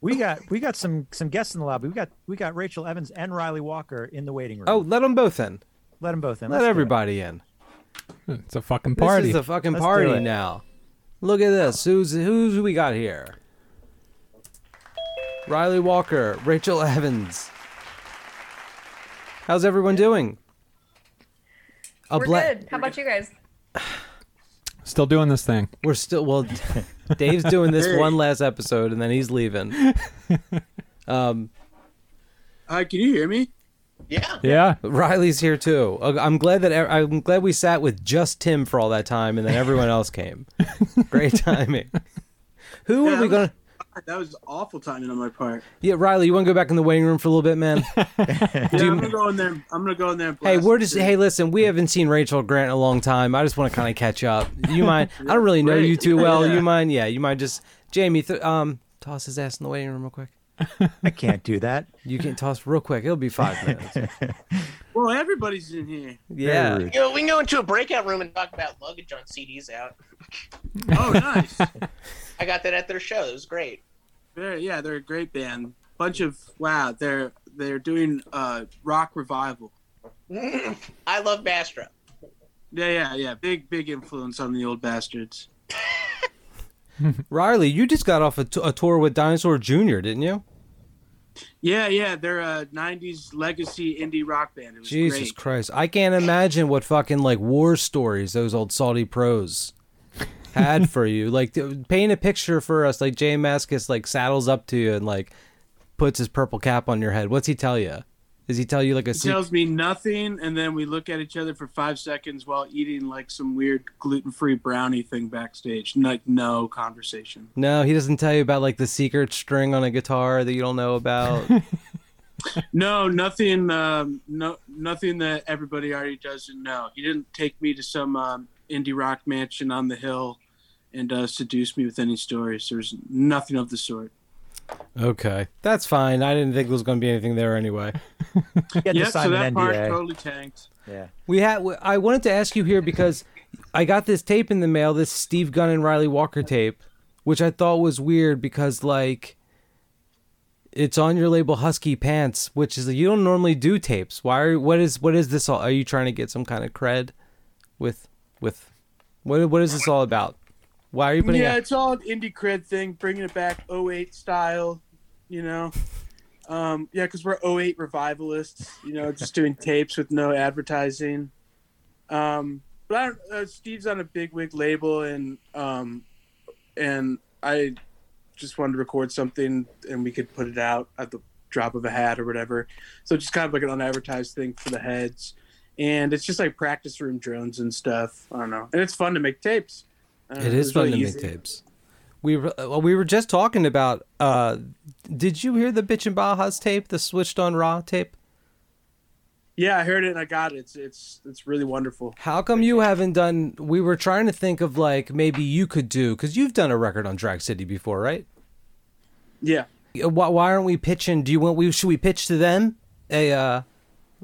Speaker 9: We got we got some some guests in the lobby. We got we got Rachel Evans and Riley Walker in the waiting room.
Speaker 7: Oh, let them both in.
Speaker 9: Let them both in.
Speaker 7: Let
Speaker 9: Let's do it.
Speaker 7: everybody in.
Speaker 4: It's a fucking
Speaker 7: This
Speaker 4: party.
Speaker 7: is a fucking
Speaker 9: Let's do
Speaker 7: party
Speaker 9: it.
Speaker 7: now. Look at this. Who's who's who we got here? Riley Walker, Rachel Evans. How's everyone doing?
Speaker 13: We're
Speaker 7: bla-
Speaker 13: good. How about you guys?
Speaker 4: Still doing this thing.
Speaker 7: We're still well. Dave's doing this one last episode, and then he's leaving. Um,
Speaker 13: Hi, can you hear me?
Speaker 10: Yeah.
Speaker 4: Yeah.
Speaker 7: Riley's here too. Uh, I'm glad that I'm glad we sat with just Tim for all that time, and then everyone else came. Great timing. Who are
Speaker 13: Yeah,
Speaker 7: we
Speaker 13: that was-
Speaker 7: gonna?
Speaker 13: That was awful timing on my part.
Speaker 7: Yeah, Riley, you want to go back in the waiting room for a little bit, man?
Speaker 13: Yeah, I'm gonna go in there. I'm gonna go in there. And
Speaker 7: Hey,
Speaker 13: blast
Speaker 7: we're
Speaker 13: it,
Speaker 7: just
Speaker 13: too.
Speaker 7: hey, listen, we haven't seen Rachel Grant in a long time. I just want to kind of catch up. You mind? I don't really know you too well. You mind? Yeah, you mind just Jamie th- um toss his ass in the waiting room real quick.
Speaker 9: I can't do that.
Speaker 7: You can toss real quick. It'll be 5 minutes.
Speaker 13: Well, everybody's in here.
Speaker 7: Yeah.
Speaker 10: You know, we can go into a breakout room and talk about luggage on CDs out.
Speaker 13: Oh, nice.
Speaker 10: I got that at their show. It was great.
Speaker 13: They're, yeah, they're a great band. Bunch of wow. They're they're doing uh rock revival.
Speaker 10: I love Bastra.
Speaker 13: Yeah, yeah, yeah. Big big influence on the old bastards.
Speaker 7: Riley, you just got off a t- a tour with Dinosaur Jr., didn't you?
Speaker 13: Yeah, yeah. They're a '90s legacy indie rock band. It was
Speaker 7: Jesus
Speaker 13: great.
Speaker 7: Christ. I can't imagine what fucking like war stories those old salty pros had for you. Like th- paint a picture for us like Jay Maskus like saddles up to you and like puts his purple cap on your head. What's he tell you? Does he tell you like a
Speaker 13: He tells me nothing, and then we look at each other for five seconds while eating like some weird gluten-free brownie thing backstage. Like no conversation.
Speaker 7: No, he doesn't tell you about like the secret string on a guitar that you don't know about.
Speaker 13: No, nothing. Um, no, nothing that everybody already doesn't know. He didn't take me to some um, indie rock mansion on the hill and uh, seduce me with any stories. There's nothing of the sort.
Speaker 7: okay. That's fine. I didn't think there was going to be anything there anyway.
Speaker 13: Yeah, so that part totally tanked.
Speaker 9: Yeah.
Speaker 7: We had. I wanted to ask you here because I got this tape in the mail, this Steve Gunn and Riley Walker tape, which I thought was weird because like it's on your label Husky Pants, which is you don't normally do tapes. Why? Are, what is what is this all? Are you trying to get some kind of cred with with what what is this all about? Why are you putting?
Speaker 13: yeah,
Speaker 7: out-
Speaker 13: it's all an indie cred thing, bringing it back 08 style, you know. Um, yeah, because we're 08 revivalists, you know, just doing tapes with no advertising. Um, but I, don't- uh, Steve's on a big wig label, and um, and I just wanted to record something, and we could put it out at the drop of a hat or whatever. So just kind of like an unadvertised thing for the heads, and it's just like practice room drones and stuff. I don't know, and it's fun to make tapes. Uh,
Speaker 7: It is
Speaker 13: it's
Speaker 7: fun
Speaker 13: really
Speaker 7: to make
Speaker 13: easy.
Speaker 7: tapes. We were, uh, we were just talking about. Uh, did you hear the Bitch and Bajas tape, the Switched on Raw tape?
Speaker 13: Yeah, I heard it and I got it. It's it's it's really wonderful.
Speaker 7: How come you haven't done? We were trying to think of like maybe you could do because you've done a record on Drag City before, right?
Speaker 13: Yeah.
Speaker 7: Why, why aren't we pitching? Do you want we should we pitch to them a uh,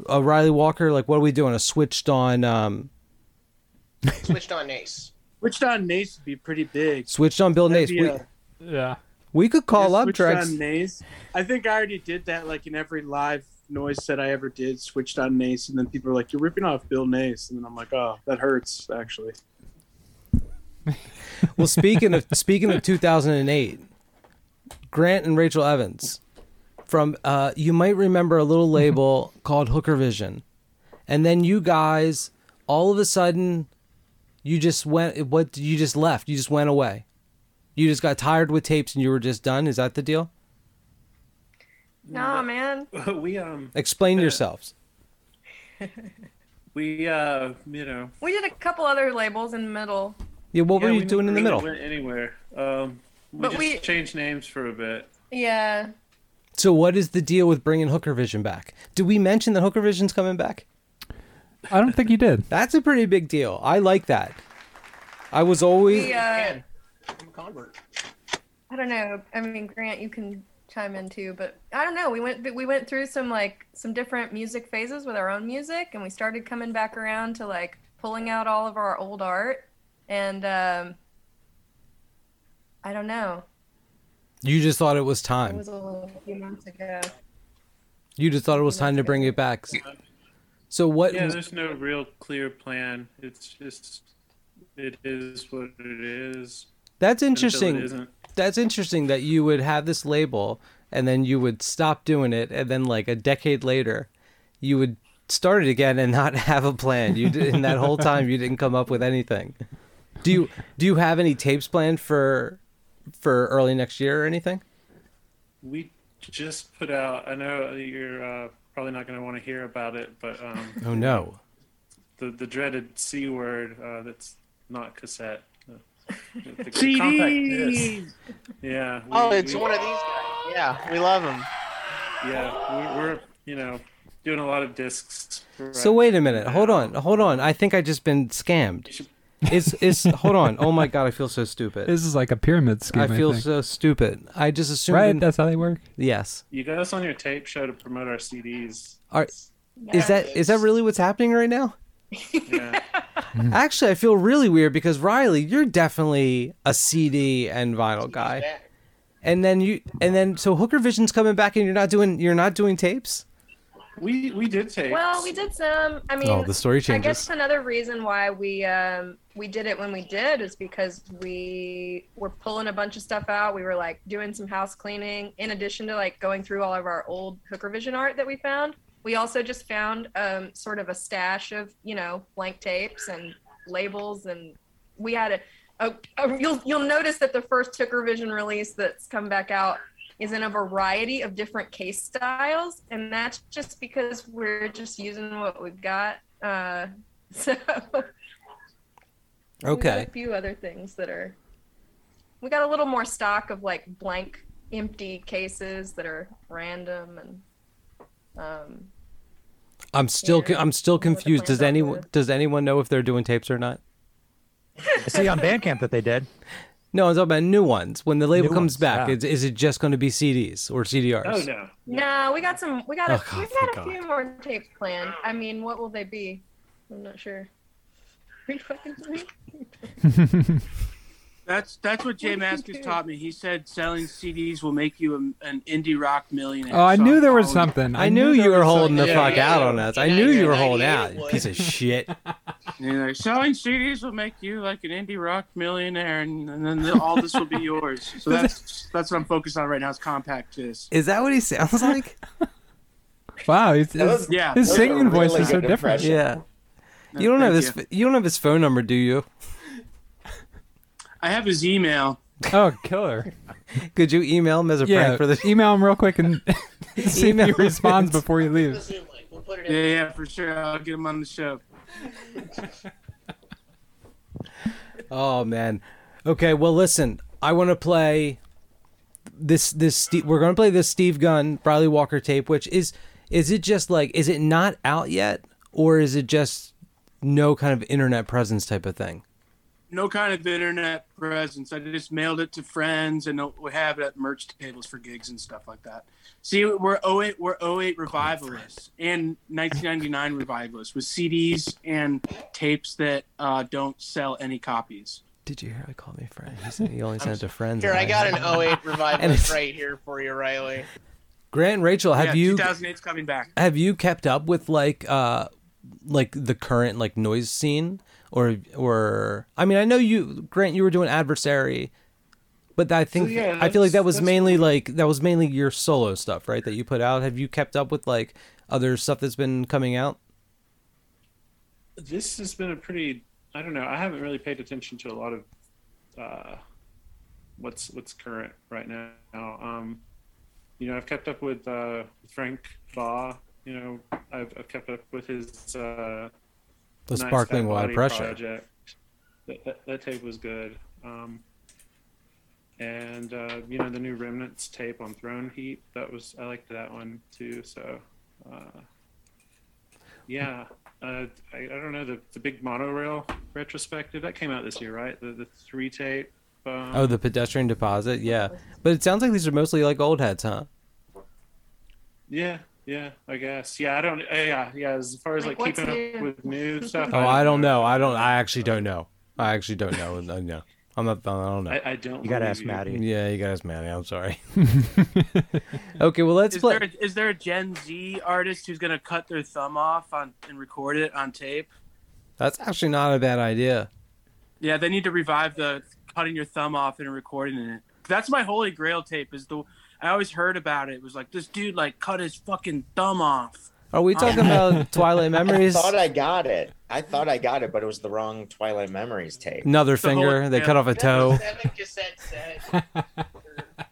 Speaker 7: a Riley Walker? Like what are we doing? A switched on um
Speaker 10: Switched on Ace.
Speaker 13: Switched on Nace would be pretty big.
Speaker 7: switched on Bill Nace.
Speaker 13: That'd be
Speaker 7: We,
Speaker 13: a-
Speaker 4: yeah.
Speaker 7: we could call
Speaker 13: Yeah,
Speaker 7: up
Speaker 13: switched
Speaker 7: Drag.
Speaker 13: on Nace. I think I already did that like in every live noise set I ever did, switched on Nace, and then people are like, You're ripping off Bill Nace and then I'm like, Oh, that hurts actually.
Speaker 7: Well, speaking of speaking of 2008, Grant and Rachel Evans from uh, you might remember a little label
Speaker 14: Mm-hmm.
Speaker 7: called Hooker Vision, and then you guys all of a sudden you just went what you just left you just went away, you just got tired with tapes and you were just done. Is that the deal?
Speaker 14: Nah, man.
Speaker 13: we um
Speaker 7: Explain yourselves.
Speaker 13: we uh you know
Speaker 14: We did a couple other labels in the middle.
Speaker 7: Yeah, what
Speaker 14: Yeah,
Speaker 7: were you
Speaker 14: we
Speaker 7: doing in the middle?
Speaker 13: anywhere. Um
Speaker 14: we But just we-
Speaker 13: changed names for a bit.
Speaker 14: Yeah.
Speaker 7: So what is the deal with bringing Hooker Vision back? Did we mention that Hooker Vision's coming back?
Speaker 4: I don't think you did.
Speaker 7: That's a pretty big deal. I like that. I was always
Speaker 14: We, uh,
Speaker 10: I'm a convert.
Speaker 14: I don't know. I mean, Grant, you can chime in too, but I don't know. We went we went through some like some different music phases with our own music, and we started coming back around to like pulling out all of our old art, and um, I don't know.
Speaker 7: you just thought it was
Speaker 14: It
Speaker 7: time.
Speaker 14: was a little- a few months ago.
Speaker 7: You just thought it was time to bring it back. So what?
Speaker 15: Yeah, there's no real clear plan. It's just it is what it is.
Speaker 7: that's
Speaker 15: until it
Speaker 7: interesting.
Speaker 15: isn't.
Speaker 7: That's interesting that you would have this label and then you would stop doing it, and then like a decade later, you would start it again and not have a plan. You did in that whole time you didn't come up with anything. do you do you have any tapes planned for for early next year or anything?
Speaker 15: We just put out. I know you're uh, probably not going to want to hear about it, but um,
Speaker 7: Oh no.
Speaker 15: the the dreaded c word uh, that's not cassette. Uh, the- the
Speaker 10: CDs.
Speaker 15: compact disc. Yeah.
Speaker 10: oh, it's one of these guys. Yeah, we love them.
Speaker 15: Yeah, we, we're you know doing a lot of discs. uh, right
Speaker 7: So wait a minute. Hold on. Hold on. I think I just been scammed. Is is hold on. Oh my god, I feel so stupid.
Speaker 4: This is like a pyramid scheme. I,
Speaker 7: I feel
Speaker 4: think.
Speaker 7: so stupid. I just assumed
Speaker 4: Right? That's how they work.
Speaker 7: Yes.
Speaker 15: You got us on your tape show to promote our CDs.
Speaker 7: Are, is that is that really what's happening right now? Actually, I feel really weird because Riley, you're definitely a CD and vinyl guy, and then you and then so Hooker Vision's coming back, and you're not doing you're not doing tapes.
Speaker 15: We we did tapes.
Speaker 14: Well, we did some. I mean,
Speaker 7: Oh, the story
Speaker 14: I guess
Speaker 7: changes.
Speaker 14: another reason why we um, we did it when we did is because we were pulling a bunch of stuff out. We were like doing some house cleaning, in addition to like going through all of our old Hooker Vision art that we found. We also just found um, sort of a stash of you know blank tapes and labels, and we had a. a, a you'll you'll notice that the first Hooker Vision release that's come back out is in a variety of different case styles, and that's just because we're just using what we've got. Uh, so we got
Speaker 7: Okay.
Speaker 14: a few other things that are we got a little more stock of like blank, empty cases that are random and um,
Speaker 7: I'm still co- I'm still confused. Does anyone does anyone know if they're doing tapes or not?
Speaker 9: I see on Bandcamp that they did.
Speaker 7: No, it's all about new ones. When the label
Speaker 9: New
Speaker 7: comes
Speaker 9: ones,
Speaker 7: back,
Speaker 9: yeah.
Speaker 7: is, is it just going to be CDs or CDRs?
Speaker 15: Oh no.
Speaker 14: no, we got some. We got
Speaker 7: Oh,
Speaker 14: a,
Speaker 7: God,
Speaker 14: we
Speaker 7: thank
Speaker 14: got a few more tapes planned. I mean, what will they be? I'm not sure. Are you fucking kidding me?
Speaker 13: That's that's what Jay Maskus taught me. He said selling CDs will make you a, an indie rock millionaire.
Speaker 4: Oh, I
Speaker 13: So
Speaker 4: knew there was
Speaker 13: following-
Speaker 4: something.
Speaker 7: I knew you were holding the fuck
Speaker 13: Yeah.
Speaker 7: out on us. I knew you were holding out, you piece of shit.
Speaker 13: You're like, selling CDs will make you like an indie rock millionaire, and, and then the, all this will be yours. So that's that's what I'm focused on right now is compact disc.
Speaker 7: Is that what he sounds like?
Speaker 4: wow, his,
Speaker 13: That was- yeah,
Speaker 4: his
Speaker 13: that was
Speaker 4: singing
Speaker 13: a
Speaker 4: voice
Speaker 13: really
Speaker 4: is so
Speaker 13: good
Speaker 4: different.
Speaker 13: impression.
Speaker 7: Yeah.
Speaker 13: No,
Speaker 7: you don't have
Speaker 13: thank
Speaker 7: his you don't have his phone number, do you?
Speaker 13: I have his email.
Speaker 4: Oh, killer!
Speaker 7: Could you email him as a
Speaker 4: Yeah,
Speaker 7: prank for the
Speaker 4: email him real quick and see if
Speaker 7: Email
Speaker 4: he
Speaker 7: him.
Speaker 4: responds before he leaves.
Speaker 13: Yeah, yeah, for sure. I'll get him on the show.
Speaker 7: Oh man. Okay, well listen, I want to play this this Steve, we're going to play this Steve Gunn Bradley Walker tape which is is it just like is it not out yet or is it just no kind of internet presence type of thing?
Speaker 13: No kind of internet presence. I just mailed it to friends, and we have it at merch tables for gigs and stuff like that. See, we're 08, we're 08 revivalists and 1999 revivalists with CDs and tapes that uh, don't sell any copies.
Speaker 7: Did you hear I called me friend? He said he only sent it to friends.
Speaker 10: Here,
Speaker 7: and
Speaker 10: I got an 08
Speaker 7: And
Speaker 10: revivalist
Speaker 7: it's-
Speaker 10: right here for you, Riley.
Speaker 7: Grant and Rachel, have
Speaker 10: Yeah,
Speaker 7: you
Speaker 10: 2008's coming back.
Speaker 7: Have you kept up with like uh like the current like noise scene or or I mean I know you Grant you were doing adversary but I think
Speaker 12: yeah,
Speaker 7: I feel like that
Speaker 12: that's-
Speaker 7: was
Speaker 12: that's-
Speaker 7: mainly like that was mainly your solo stuff, right? That you put out. Have you kept up with like other stuff that's been coming out?
Speaker 15: This has been a pretty. I don't know. I haven't really paid attention to a lot of uh, what's what's current right now. Um, you know, I've kept up with uh, Frank Baugh. You know, I've, I've kept up with his uh,
Speaker 7: The
Speaker 15: Nice
Speaker 7: Sparkling
Speaker 15: Fat
Speaker 7: Water
Speaker 15: Body
Speaker 7: Pressure.
Speaker 15: project. That, that, that tape was good. Um, and uh, you know, the new Remnants tape on Throne Heat. That was I liked that one too. So. Uh, yeah, uh, I, I don't know the the big monorail retrospective that came out this year, right? The the three tape. Um,
Speaker 7: oh, the pedestrian deposit, yeah. But it sounds like these are mostly like old heads, huh?
Speaker 15: yeah, yeah, I guess. Yeah, I don't. Uh, yeah, yeah. As far as like,
Speaker 14: Like, what's
Speaker 15: keeping up
Speaker 14: new?
Speaker 15: with new stuff,
Speaker 7: Oh, I don't know. I don't I actually don't know. I actually don't know. I know. I'm not I don't know.
Speaker 15: I, I don't.
Speaker 9: You gotta
Speaker 15: believe
Speaker 9: ask Maddie.
Speaker 7: Yeah, you guys, Maddie. I'm sorry. okay, well let's
Speaker 13: is
Speaker 7: play.
Speaker 13: there a, is there a Gen Z artist who's gonna cut their thumb off on and record it on tape?
Speaker 7: That's actually not a bad idea.
Speaker 13: Yeah, they need to revive the cutting your thumb off and recording it. That's my holy grail tape. Is the I always heard about it. It was like this dude like cut his fucking thumb off.
Speaker 7: Are we talking about Twilight Memories?
Speaker 12: I thought I got it. I thought I got it, but it was the wrong Twilight Memories tape.
Speaker 7: Another finger. they cut off a toe.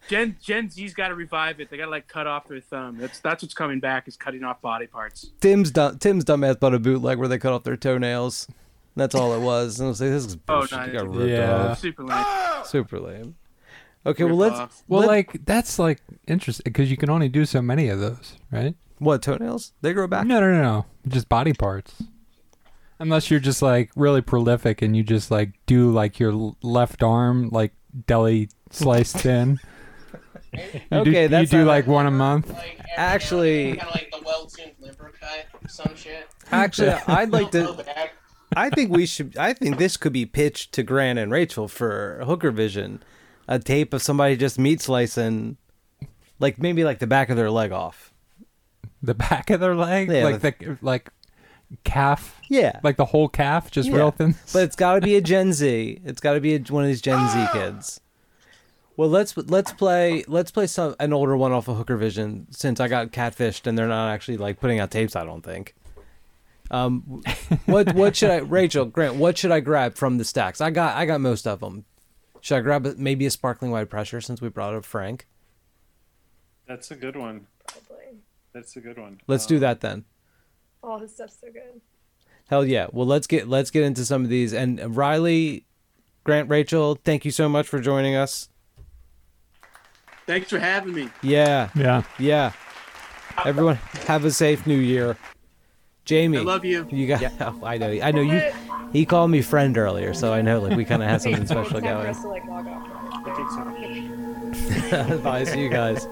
Speaker 13: Gen Gen Z's got to revive it. They got to like cut off their thumb. That's that's what's coming back is cutting off body parts.
Speaker 7: Tim's dumb, Tim's dumbass bought a bootleg where they cut off their toenails. That's all it was. And I was like, this is
Speaker 13: Oh,
Speaker 7: bullshit.
Speaker 13: nice.
Speaker 7: They got ripped
Speaker 4: Yeah.
Speaker 7: off.
Speaker 13: Super lame.
Speaker 7: Super lame. Okay, well let's
Speaker 4: Well,
Speaker 7: let-
Speaker 4: like that's like interesting because you can only do so many of those, right?
Speaker 7: What toenails? They grow back.
Speaker 4: No, no, no, no. Just body parts. Unless you're just like really prolific and you just like do like your l- left arm like deli sliced thin. You do,
Speaker 7: Okay, that's
Speaker 4: you do
Speaker 7: not-
Speaker 4: like one a month.
Speaker 7: actually
Speaker 10: Kind of like the well-tuned liver cut, some shit.
Speaker 7: Actually,
Speaker 4: Yeah.
Speaker 7: I'd like
Speaker 10: Don't
Speaker 7: to.
Speaker 10: know that.
Speaker 7: I think we should. I think this could be pitched to Grant and Rachel for Hooker Vision, a tape of somebody just meat slicing, like maybe like the back of their leg off.
Speaker 4: The back of their leg,
Speaker 7: Yeah,
Speaker 4: like the like calf.
Speaker 7: Yeah.
Speaker 4: Like the whole calf, just
Speaker 7: Yeah.
Speaker 4: real thin.
Speaker 7: But it's got to be a Gen Z. It's got to be a, one of these Gen Z kids. Well, let's let's play let's play some an older one off of Hooker Vision since I got catfished and they're not actually like putting out tapes. I don't think. Um, what what should I Rachel Grant? What should I grab from the stacks? I got I got most of them. Should I grab a- maybe a sparkling white pressure since we brought up Frank?
Speaker 15: That's a good one. That's a good one.
Speaker 7: Let's do that then.
Speaker 14: All his stuff's so good.
Speaker 7: Hell yeah. Well, let's get let's get into some of these. And Riley, Grant, Rachel, thank you so much for joining us.
Speaker 13: Thanks for having me.
Speaker 7: Yeah.
Speaker 4: Yeah.
Speaker 7: Yeah. Everyone, have a safe New Year. Jamie,
Speaker 13: I love you.
Speaker 7: You got. oh, I know. I know you. He called me friend earlier, so I know like we kind of had something special going. Bye. See you guys.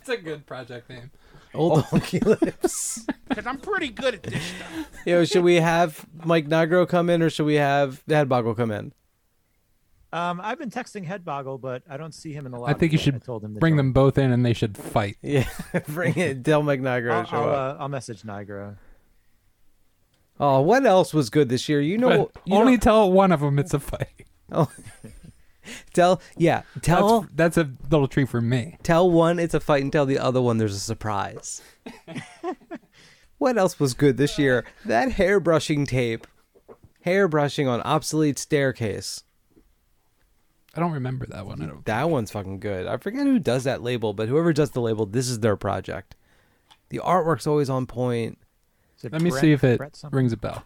Speaker 4: That's a good project name.
Speaker 7: Old donkey lips.
Speaker 16: Because I'm pretty good at this stuff.
Speaker 7: Yo, should we have Mike Nigro come in or should we have Hadboggle come in?
Speaker 9: Um, I've been texting Headboggle, but I don't see him in the lobby.
Speaker 4: I think you
Speaker 9: yet.
Speaker 4: should
Speaker 9: told him to
Speaker 4: bring
Speaker 9: join.
Speaker 4: them both in and they should fight.
Speaker 7: Yeah, bring it. Del McNigro
Speaker 9: I'll,
Speaker 7: show
Speaker 9: I'll,
Speaker 7: up.
Speaker 9: uh, I'll message Nigro.
Speaker 7: Oh, what else was good this year? You know,
Speaker 4: But
Speaker 7: you
Speaker 4: only
Speaker 7: know,
Speaker 4: tell one of them it's a fight.
Speaker 7: Oh, tell yeah, tell
Speaker 4: that's, that's a little treat for me.
Speaker 7: Tell one it's a fight and tell the other one there's a surprise. what else was good this year? That hairbrushing tape, hairbrushing on obsolete staircase.
Speaker 4: I don't remember that one. I don't.
Speaker 7: That one's fucking good. I forget who does that label, but whoever does the label, this is their project. The artwork's always on point.
Speaker 4: Let me see if it rings a bell.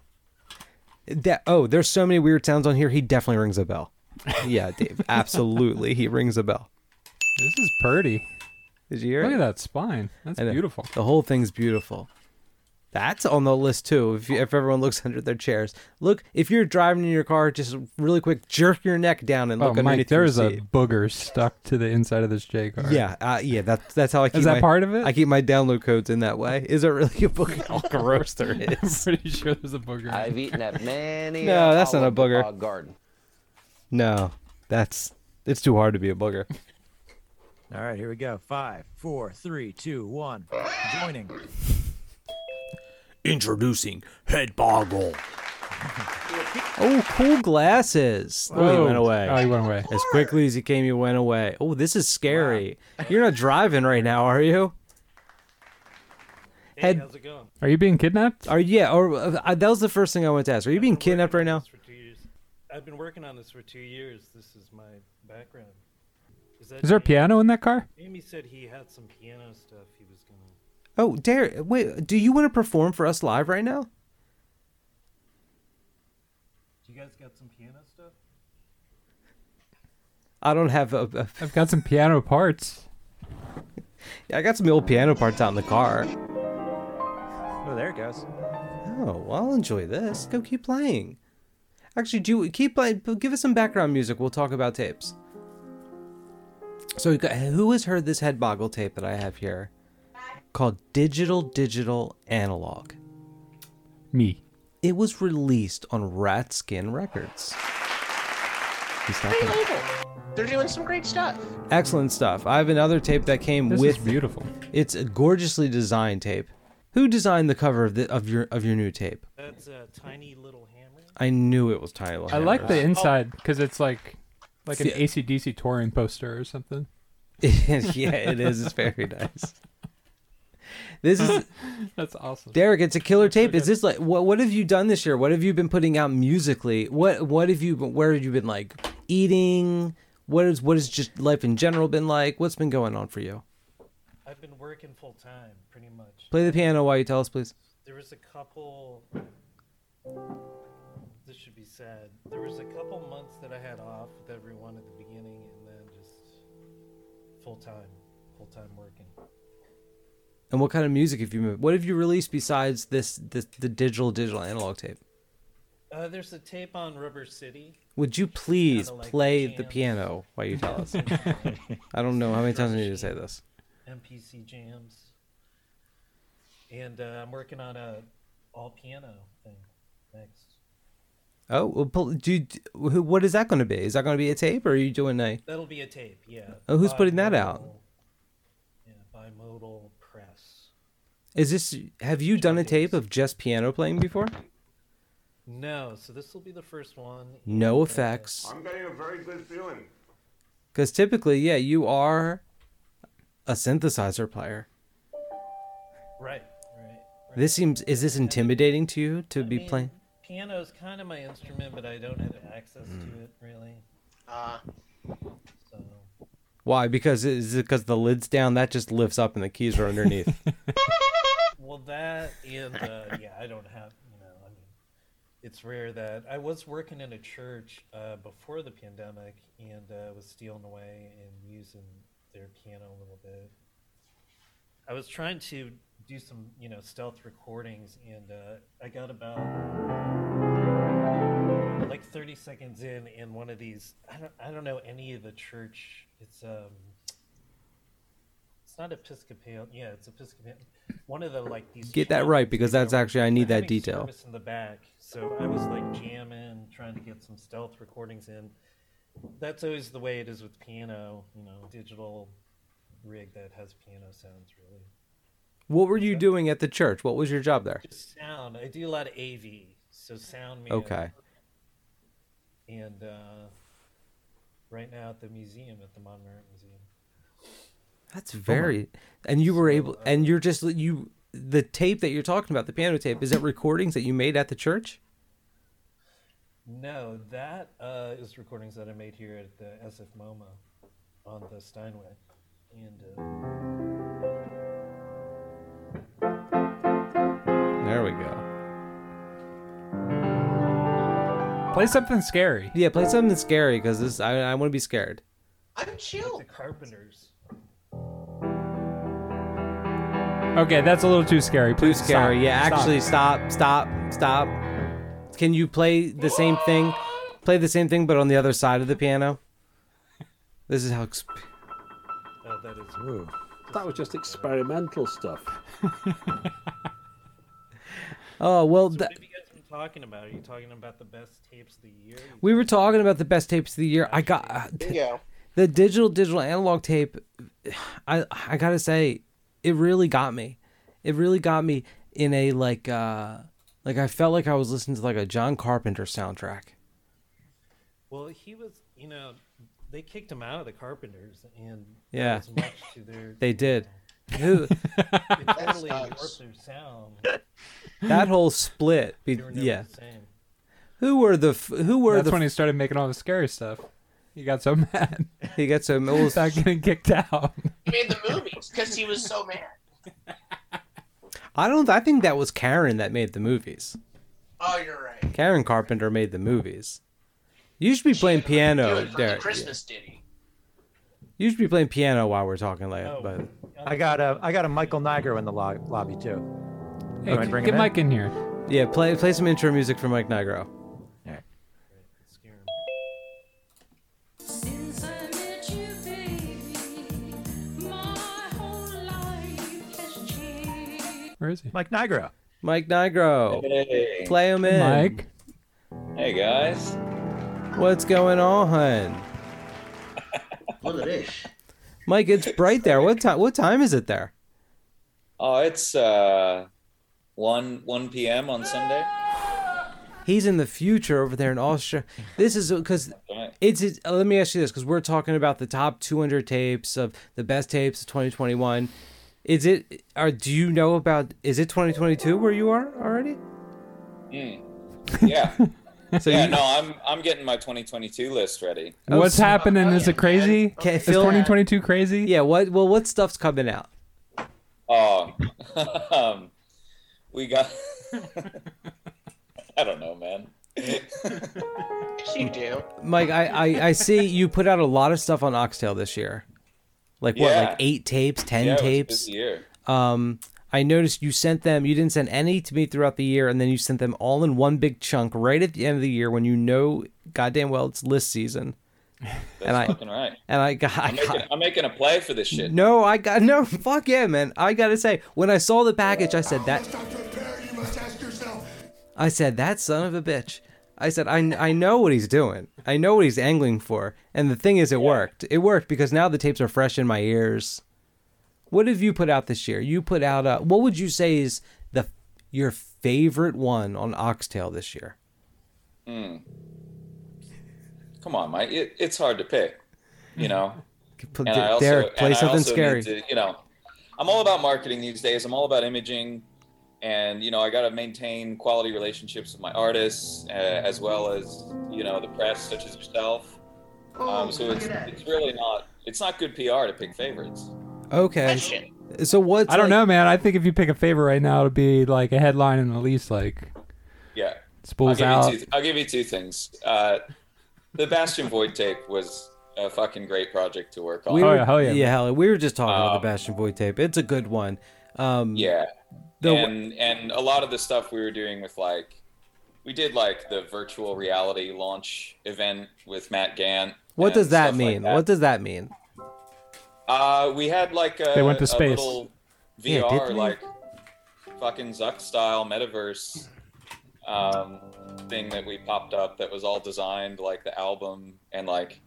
Speaker 7: That oh, there's so many weird sounds on here. He definitely rings a bell. Yeah, Dave, absolutely, he rings a bell.
Speaker 4: This is pretty.
Speaker 7: Did you hear
Speaker 4: Look
Speaker 7: it?
Speaker 4: at that spine. That's
Speaker 7: I know.
Speaker 4: beautiful.
Speaker 7: The whole thing's beautiful. That's on the list too. If, you, if everyone looks under their chairs, look. If you're driving in your car, just really quick, jerk your neck down and
Speaker 4: Oh,
Speaker 7: look underneath
Speaker 4: Mike, there
Speaker 7: your
Speaker 4: is a
Speaker 7: seat.
Speaker 4: booger stuck to the inside of this J car.
Speaker 7: Yeah, uh, yeah. That's that's how I keep.
Speaker 4: that
Speaker 7: my,
Speaker 4: part of it?
Speaker 7: I keep my download codes in that way. Is there really a booger? How gross there is.
Speaker 4: I'm pretty sure there's a booger. I've
Speaker 17: eaten that many.
Speaker 7: No,
Speaker 17: uh,
Speaker 7: that's not a
Speaker 17: olive,
Speaker 7: booger.
Speaker 17: uh, garden.
Speaker 7: No, that's it's too hard to be a booger.
Speaker 9: All right, here we go. Five, four, three, two, one. Joining.
Speaker 7: Introducing Headboggle. oh, cool glasses. Oh, he
Speaker 4: Whoa.
Speaker 7: went away.
Speaker 4: Oh, he went away.
Speaker 7: As quickly as he came, he went away. Oh, this is scary. You're not driving right now, are you? Head- how's it going?
Speaker 4: Are you being kidnapped?
Speaker 7: Are yeah? Or uh, uh, that was the first thing I wanted to ask. Are you being kidnapped right now?
Speaker 18: I've been working on this for two years. This is my background. Is, that
Speaker 4: Is there a piano in that car?
Speaker 18: Amy said he had some piano stuff he was gonna.
Speaker 7: Oh, Derek, wait. Do you want to perform for us live right now?
Speaker 18: Do you guys got some piano stuff?
Speaker 7: I don't have a. a
Speaker 4: I've got some piano parts.
Speaker 7: Yeah, I got some old piano parts out in the car.
Speaker 9: Oh, there it goes.
Speaker 7: Oh, well, I'll enjoy this. Go keep playing. Actually, do keep playing. but Give us some background music. We'll talk about tapes. So, we've got- who has heard this head boggle tape that I have here, called Digital Digital Analog?
Speaker 4: Me.
Speaker 7: It was released on Rat Skin Records. He's not
Speaker 10: Great
Speaker 7: gonna-
Speaker 10: label. They're doing some great stuff.
Speaker 7: Excellent stuff. I have another tape that came
Speaker 4: This
Speaker 7: with.
Speaker 4: is beautiful.
Speaker 7: It's a gorgeously designed tape. Who designed the cover of the, of your of your new tape?
Speaker 18: That's a tiny little hammer.
Speaker 7: I knew it was Tiny Little
Speaker 4: I like the
Speaker 7: Hammers.
Speaker 4: inside because it's like like an
Speaker 7: Yeah.
Speaker 4: ACDC touring poster or something.
Speaker 7: yeah, it is. It's very nice. This is
Speaker 4: that's awesome.
Speaker 7: Derek. It's a killer tape. Is this like what? What have you done this year? What have you been putting out musically? What What have you? Where have you been like eating? What is What has just life in general been like? What's been going on for you?
Speaker 18: I've been working full time, pretty much.
Speaker 7: Play the piano while you tell us, please.
Speaker 18: There was a couple. This should be sad. There was a couple months that I had off with everyone at the beginning, and then just full time, full time working.
Speaker 7: And what kind of music have you? been- What have you released besides this? This the digital digital analog tape.
Speaker 18: Uh, there's a tape on Rubber City.
Speaker 7: Would you please
Speaker 18: Kinda like
Speaker 7: play the
Speaker 18: jams.
Speaker 7: piano while you tell us? I don't know how many times I need to say this.
Speaker 18: MPC jams. And uh, I'm working on a all piano thing next.
Speaker 7: Oh, well, pull- do you, who- what is that going to be? Is that going to be a tape, or are you doing a?
Speaker 18: That'll be a tape, yeah.
Speaker 7: Oh, who's putting that out?
Speaker 18: Yeah, bimodal press.
Speaker 7: Is this? Have you done a tape of just piano playing before?
Speaker 18: No, so this will be the first one.
Speaker 7: No effects,
Speaker 6: I'm getting a very good feeling.
Speaker 7: because typically, yeah, you are a synthesizer player.
Speaker 18: Right.
Speaker 7: This seems. Is this intimidating to you to be playing?
Speaker 18: Piano's kind of my instrument, but I don't have access to it really.
Speaker 10: Ah.
Speaker 7: Why? Because is it because the lid's down? That just lifts up, and the keys are underneath.
Speaker 18: Well, that and uh, yeah, I don't have. You know, I mean, it's rare that I was working in a church uh, before the pandemic and uh, was stealing away and using their piano a little bit. I was trying to do some, you know, stealth recordings, and uh, I got about like 30 seconds in, and one of these. I don't, I don't know any of the church. It's um, It's not Episcopal. Yeah, it's Episcopal. One of the like these.
Speaker 7: Get that right because that's actually I need that detail.
Speaker 18: Service in the back, so I was like jamming, trying to get some stealth recordings in. That's always the way it is with piano. You know, digital rig that has piano sounds really
Speaker 7: What were you doing at the church? What was your job there?
Speaker 18: just sound. I do a lot of AV, so sound. Man.
Speaker 7: Okay.
Speaker 18: And uh, right now at the museum, at the Modern Art Museum.
Speaker 7: That's very. And you were able, and you're just you. The tape that you're talking about, the piano tape, is that recordings that you made at the church?
Speaker 18: No, that uh, is recordings that I made here at the SF MoMA on the Steinway. And uh,
Speaker 7: There we go.
Speaker 4: Play something scary.
Speaker 7: Yeah, play something scary because this I, I want to be scared.
Speaker 10: I'm chill.
Speaker 18: The Carpenters.
Speaker 4: Okay, that's a little too scary. Please
Speaker 7: Too scary.
Speaker 4: Stop.
Speaker 7: Yeah,
Speaker 4: Stop.
Speaker 7: actually, stop, stop, stop. Can you play the same thing? Play the same thing, but on the other side of the piano. This is how. Exp-
Speaker 18: Oh, that is.
Speaker 17: That was just experimental stuff.
Speaker 7: oh well,
Speaker 18: So
Speaker 7: tha-
Speaker 18: what have you guys been talking about? Are you talking about the best tapes of the year?
Speaker 7: we were talking about the best tapes of the year. I got uh,
Speaker 10: Yeah.
Speaker 7: the digital digital analog tape. I I gotta say, it really got me. It really got me in a like uh like I felt like I was listening to like a John Carpenter soundtrack.
Speaker 18: Well, he was, you know, they kicked him out of the Carpenters, and that
Speaker 7: Yeah,
Speaker 18: was much to their
Speaker 7: they did. Who-
Speaker 18: it totally warped their sound.
Speaker 7: that whole split. Be,
Speaker 18: They were never
Speaker 7: yeah.
Speaker 18: the same.
Speaker 7: Who were the f- who were
Speaker 4: That's
Speaker 7: the
Speaker 4: when he started making all the scary stuff. He got so mad.
Speaker 7: He got so mad.
Speaker 4: Start getting kicked out.
Speaker 10: He made the movies because he was so mad.
Speaker 7: I don't I think that was Karen that made the movies.
Speaker 10: Oh, you're right.
Speaker 7: Karen Carpenter made the movies. You should be playing piano,
Speaker 10: Fucking
Speaker 7: Derek.
Speaker 10: Christmas ditty.
Speaker 7: You should be playing piano while we're talking like but
Speaker 9: Oh. I got a I got a Michael Niger in the lo- lobby too.
Speaker 7: Hey,
Speaker 9: You wanna
Speaker 7: g-
Speaker 9: bring
Speaker 7: get
Speaker 9: him
Speaker 7: Mike in here. Yeah, play play some intro music for Mike Nigro.
Speaker 11: Since I met you, baby, my whole life has changed.
Speaker 4: Where is he?
Speaker 9: Mike Nigro.
Speaker 7: Mike Nigro.
Speaker 19: Hey.
Speaker 7: Play him in.
Speaker 4: Mike.
Speaker 19: Hey guys.
Speaker 7: What's going on?
Speaker 19: Look at this.
Speaker 7: Mike, it's bright there. What time what time is it there?
Speaker 19: Oh, it's uh, one one p.m. on Sunday.
Speaker 7: He's in the future over there in Austria. This is because it's. it's- uh, let me ask you this, because we're talking about the top 200 tapes of the best tapes of 2021. Is it? Are do you know about? Is it 2022 where you are already?
Speaker 19: Mm. Yeah.
Speaker 7: So
Speaker 19: yeah.
Speaker 7: you-
Speaker 19: No, I'm I'm getting my 2022 list ready.
Speaker 7: Oh,
Speaker 4: What's happening? Is it crazy?
Speaker 7: Okay,
Speaker 4: Is
Speaker 7: Phil-
Speaker 4: 2022 crazy?
Speaker 7: Yeah. What? Well, what stuff's coming out?
Speaker 19: Oh, um, we got. I don't know, man.
Speaker 10: Yes, you do.
Speaker 7: Mike, I, I I see you put out a lot of stuff on Oxtail this year. Like what?
Speaker 19: Yeah.
Speaker 7: Like eight tapes, ten
Speaker 19: Yeah, it was a
Speaker 7: tapes.
Speaker 19: busy year.
Speaker 7: Um, I noticed you sent them. You didn't send any to me throughout the year, and then you sent them all in one big chunk right at the end of the year when you know goddamn well it's list season.
Speaker 19: That's fucking right.
Speaker 7: And I got. I
Speaker 19: I'm making,
Speaker 7: got
Speaker 19: I'm making a play for this shit.
Speaker 7: no, I got no. Fuck yeah, man! I gotta say, when I saw the package, I said that. I said that son of a bitch. I said I, I know what he's doing. I know what he's angling for. And the thing is, it worked. It worked because now the tapes are fresh in my ears. What have you put out this year? You put out uh, what would you say is the your favorite one on Oxtail this year?
Speaker 19: Mm. Come on, Mike. It, it's hard to pick, you know.
Speaker 7: Put- Derek, play
Speaker 19: and I
Speaker 7: something
Speaker 19: also need
Speaker 7: scary.
Speaker 19: to, you know, I'm all about marketing these days. I'm all about imaging, and you know, I got to maintain quality relationships with my artists, uh, as well as you know the press, such as yourself. Um, so it's, it's really not it's not good PR to pick favorites.
Speaker 7: Okay. So what's
Speaker 4: I don't
Speaker 7: like-
Speaker 4: know, man. I think if you pick a favorite right now, it'd be like a headline and at least like
Speaker 19: Yeah.
Speaker 4: Spools
Speaker 19: I'll
Speaker 4: out.
Speaker 19: give, you two, I'll give you two things. Uh, the Bastion Void tape was a fucking great project to work on.
Speaker 7: We were, Oh, hell, we were just talking about the Bastion Boy tape. It's a good one. Um,
Speaker 19: Um, Yeah.
Speaker 7: The,
Speaker 19: and and a lot of the stuff we were doing with like we did like the virtual reality launch event with Matt Gant.
Speaker 7: what
Speaker 19: and
Speaker 7: does that
Speaker 19: stuff like
Speaker 7: mean? What does that mean?
Speaker 19: Uh, we had like a,
Speaker 4: They went to
Speaker 19: a
Speaker 4: space.
Speaker 19: little
Speaker 4: Yeah,
Speaker 19: VR,
Speaker 4: didn't they?
Speaker 19: like fucking Zuck style metaverse um, thing that we popped up that was all designed like the album and like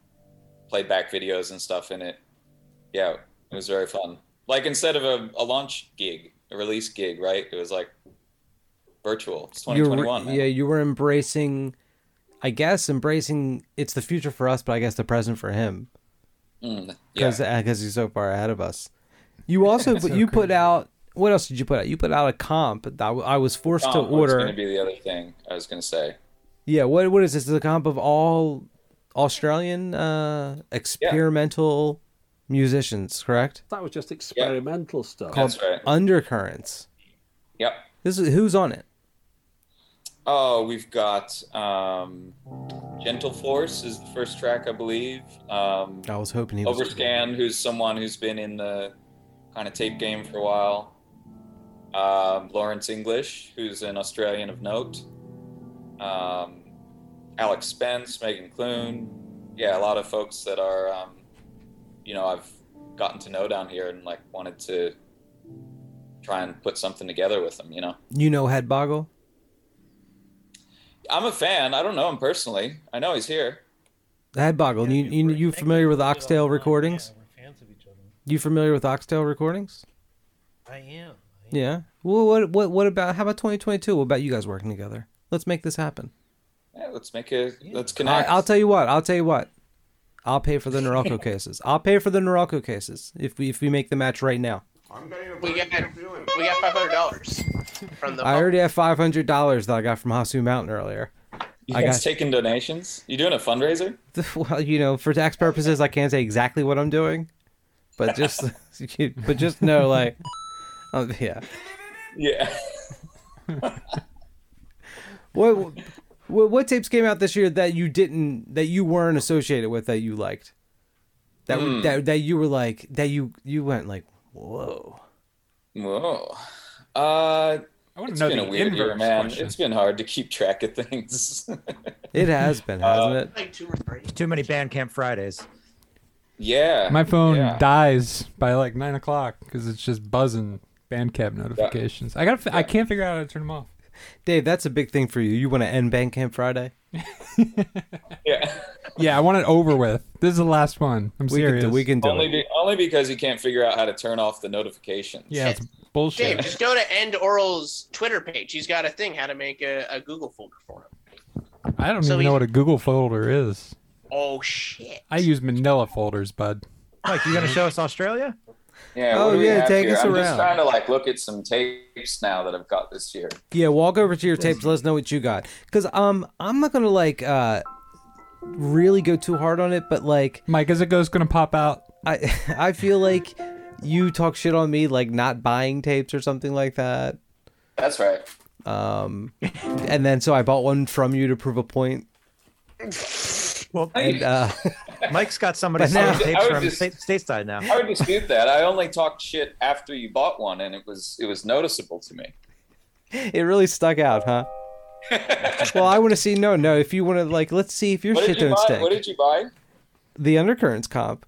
Speaker 19: played back videos and stuff in it. Yeah, it was very fun. Like instead of a, a launch gig, a release gig, right? It was like virtual. It's
Speaker 7: You were-
Speaker 19: 2021. man.
Speaker 7: yeah, you were embracing, I guess, embracing. It's the future for us, but I guess the present for him.
Speaker 19: Mm,
Speaker 7: because he's so far ahead of us. You also
Speaker 19: So
Speaker 7: but you put out what else did you put out? You put out a comp that I w- I was forced to
Speaker 19: Comp was
Speaker 7: order.
Speaker 19: gonna be the other thing I was gonna say.
Speaker 7: Yeah, what what is this? The comp of all Australian uh, experimental musicians, correct?
Speaker 17: That was just experimental stuff.
Speaker 7: Called Undercurrents.
Speaker 19: Yep.
Speaker 7: This is who's on it.
Speaker 19: Oh, we've got um, Gentle Force is the first track, I believe. Um,
Speaker 7: I was hoping he was.
Speaker 19: Overscan, who's someone who's been in the kind of tape game for a while. Um, Lawrence English, who's an Australian of note. Um, Alex Spence, Megan Clune. Yeah, a lot of folks that are, um, you know, I've gotten to know down here and like wanted to try and put something together with them, you know?
Speaker 7: You know Head Boggle.
Speaker 19: I'm a fan. I don't know him personally. I know he's here.
Speaker 7: Head Boggle. you you you familiar with Oxtail recordings? You familiar with Oxtail recordings?
Speaker 18: I am.
Speaker 7: Yeah. Well, what what what about how about 2022? What about you guys working together? Let's make this happen.
Speaker 19: Yeah, let's make a let's
Speaker 7: I,
Speaker 19: connect.
Speaker 7: I'll tell you what. I'll tell you what. I'll pay for the Norelco cases. I'll pay for the Norelco cases if we if we make the match right now.
Speaker 10: We got we got five hundred dollars from the.
Speaker 7: I already have five hundred dollars that I got from Hasu Mountain earlier.
Speaker 19: you
Speaker 7: I
Speaker 19: guys
Speaker 7: got
Speaker 19: taking donations? You doing a fundraiser?
Speaker 7: well, you know, for tax purposes, I can't say exactly what I'm doing, but just but just know like, um, yeah.
Speaker 19: Yeah.
Speaker 7: What, what what tapes came out this year that you didn't that you weren't associated with that you liked? That were-
Speaker 19: Hmm.
Speaker 7: that that you were like that you you went like whoa.
Speaker 19: Whoa. Uh,
Speaker 4: wanna
Speaker 19: it's
Speaker 4: know
Speaker 19: been a
Speaker 4: the
Speaker 19: weird year,
Speaker 4: inverse
Speaker 19: man.
Speaker 4: question.
Speaker 19: It's been hard to keep track of things. Uh,
Speaker 7: It has been, hasn't it?
Speaker 10: Like two or three.
Speaker 9: Too many Bandcamp Fridays.
Speaker 19: Yeah.
Speaker 4: My phone
Speaker 19: yeah.
Speaker 4: dies by like nine o'clock because it's just buzzing Bandcamp notifications. I got. to I can't figure out how to turn them off.
Speaker 7: Dave, that's a big thing for you. You want to end Bandcamp Friday?
Speaker 4: Yeah, I want it over with. This is the last one. I'm
Speaker 7: We can do-
Speaker 4: serious.
Speaker 7: we can
Speaker 19: Only, be, only because you can't figure out how to turn off the notifications.
Speaker 4: Yeah, it's
Speaker 10: Dave,
Speaker 4: bullshit.
Speaker 10: just go to End Oral's Twitter page. He's got a thing how to make a, a Google folder for him.
Speaker 4: I don't
Speaker 10: So
Speaker 4: even know what a Google folder is.
Speaker 10: Oh shit!
Speaker 4: I use Manila folders, bud.
Speaker 9: Mike, you gonna show us Australia?
Speaker 19: Yeah.
Speaker 7: Oh,
Speaker 19: what do we
Speaker 7: yeah,
Speaker 19: have
Speaker 7: take
Speaker 19: here?
Speaker 7: us
Speaker 19: I'm
Speaker 7: around.
Speaker 19: just trying to like look at some tapes now that I've got this year.
Speaker 7: Yeah, walk over to your tapes. Let us know what you got. Cause um, I'm not gonna like uh, really go too hard on it, but like
Speaker 4: Mike, is it goes gonna pop out?
Speaker 7: I I feel like you talk shit on me like not buying tapes or something like that.
Speaker 19: That's right.
Speaker 7: Um, and then so I bought one from you to prove a point.
Speaker 9: Well,
Speaker 7: And, uh,
Speaker 9: Mike's got somebody
Speaker 7: But now-
Speaker 9: selling
Speaker 19: I
Speaker 9: tapes
Speaker 19: would
Speaker 9: from
Speaker 19: just-
Speaker 9: state, stateside now.
Speaker 19: I would dispute that. I only talked shit after you bought one, and it was it was noticeable to me.
Speaker 7: it really stuck out, huh? well, I want to see. No, no. If you want to, like, let's see if your
Speaker 19: what
Speaker 7: shit
Speaker 19: did you
Speaker 7: don't
Speaker 19: buy?
Speaker 7: stink.
Speaker 19: What did you buy?
Speaker 7: The undercurrents comp,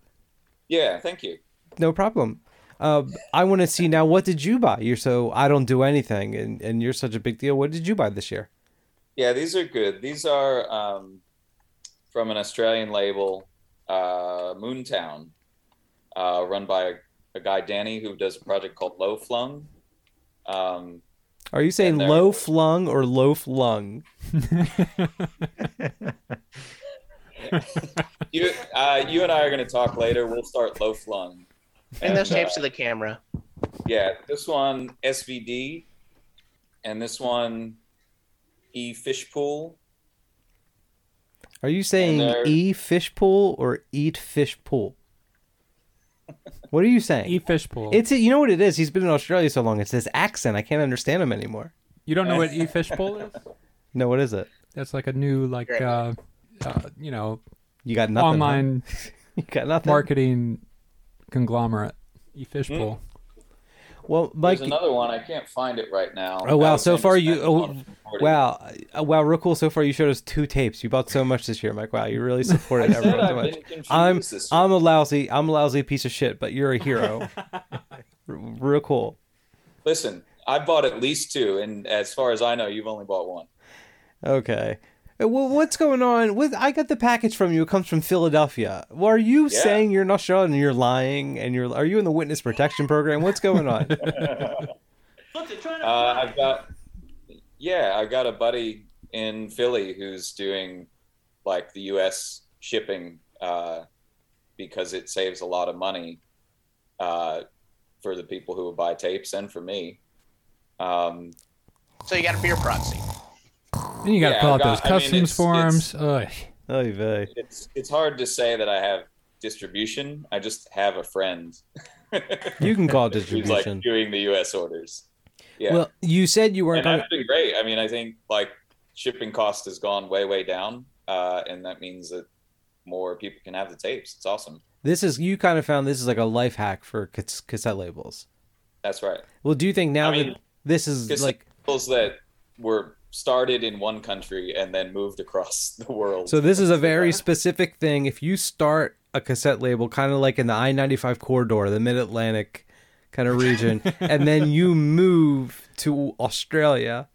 Speaker 19: Yeah, thank you.
Speaker 7: no problem. Uh, I want to see now. What did you buy? You're so I don't do anything, and and you're such a big deal. What did you buy this year?
Speaker 19: Yeah, these are good. These are um, from an Australian label, uh, Moontown, uh, run by a, a guy Danny who does a project called Low Flung. Um,
Speaker 7: Are you saying low flung or low flung?
Speaker 19: you, uh, you and I are going to talk later. We'll start Low Flung.
Speaker 10: Bring those
Speaker 19: And, uh,
Speaker 10: tapes to the camera.
Speaker 19: Yeah, this one SVD, and this one E Fishpool.
Speaker 7: Are you saying
Speaker 19: they're-
Speaker 7: e fish pool or eat fish pool? What are you saying?
Speaker 4: E fish pool.
Speaker 7: It's you know what it is. He's been in Australia so long. It's this accent. I can't understand him anymore.
Speaker 4: You don't know what E fish pool is?
Speaker 7: No, what is it?
Speaker 4: That's like a new like uh, uh you know
Speaker 7: You got nothing. huh?
Speaker 4: online
Speaker 7: you got nothing.
Speaker 4: marketing conglomerate. E fish pool.
Speaker 7: Well, Mike,
Speaker 19: Hmm? There's another one. I can't find it right now.
Speaker 7: Oh wow! So
Speaker 19: Alexander
Speaker 7: far you,
Speaker 19: Stan-
Speaker 7: oh, wow, Uh, wow, real cool. So far you showed us two tapes. You bought so much this year, Mike. Wow, you really supported
Speaker 19: I said
Speaker 7: everyone so
Speaker 19: I've
Speaker 7: much.
Speaker 19: been confused
Speaker 7: I'm,
Speaker 19: this
Speaker 7: I'm a lousy, I'm a lousy piece of shit, but you're a hero. R- real cool.
Speaker 19: Listen, I bought at least two, and as far as I know, you've only bought one.
Speaker 7: Okay. Uh, Well, what's going on? With I got the package from you. It comes from Philadelphia. Well, are you
Speaker 19: Yeah.
Speaker 7: saying you're not sure and you're lying and you're? Are you in the witness protection program? What's going on?
Speaker 19: Uh, I've got, yeah, I've got a buddy in Philly who's doing like the U.S. shipping uh, because it saves a lot of money uh, for the people who will buy tapes and for me. Um,
Speaker 10: So you got a beer proxy.
Speaker 4: Then you got to
Speaker 19: Yeah,
Speaker 4: fill out
Speaker 19: I've
Speaker 4: those
Speaker 19: got- I mean,
Speaker 4: customs
Speaker 19: it's-
Speaker 4: forms. Ugh.
Speaker 19: it's it's hard to say that I have distribution. I just have a friend.
Speaker 7: You can call it
Speaker 19: who's like
Speaker 7: distribution.
Speaker 19: doing the U.S. orders. Yeah.
Speaker 7: Well, you said you weren't
Speaker 19: and
Speaker 7: going.
Speaker 19: that's been great. I mean, I think like shipping cost has gone way, way down, uh, and that means that more people can have the tapes. It's awesome.
Speaker 7: This is you kind of found this is like a life hack for cas- cassette labels.
Speaker 19: That's right.
Speaker 7: Well, do you think now
Speaker 19: mean,
Speaker 7: that this is
Speaker 19: Because
Speaker 7: like
Speaker 19: labels that were started in one country and then moved across the world.
Speaker 7: so this is a very specific thing. If you start a cassette label, kind of like in the I ninety five corridor, the Mid Atlantic kind of region, and then you move to Australia,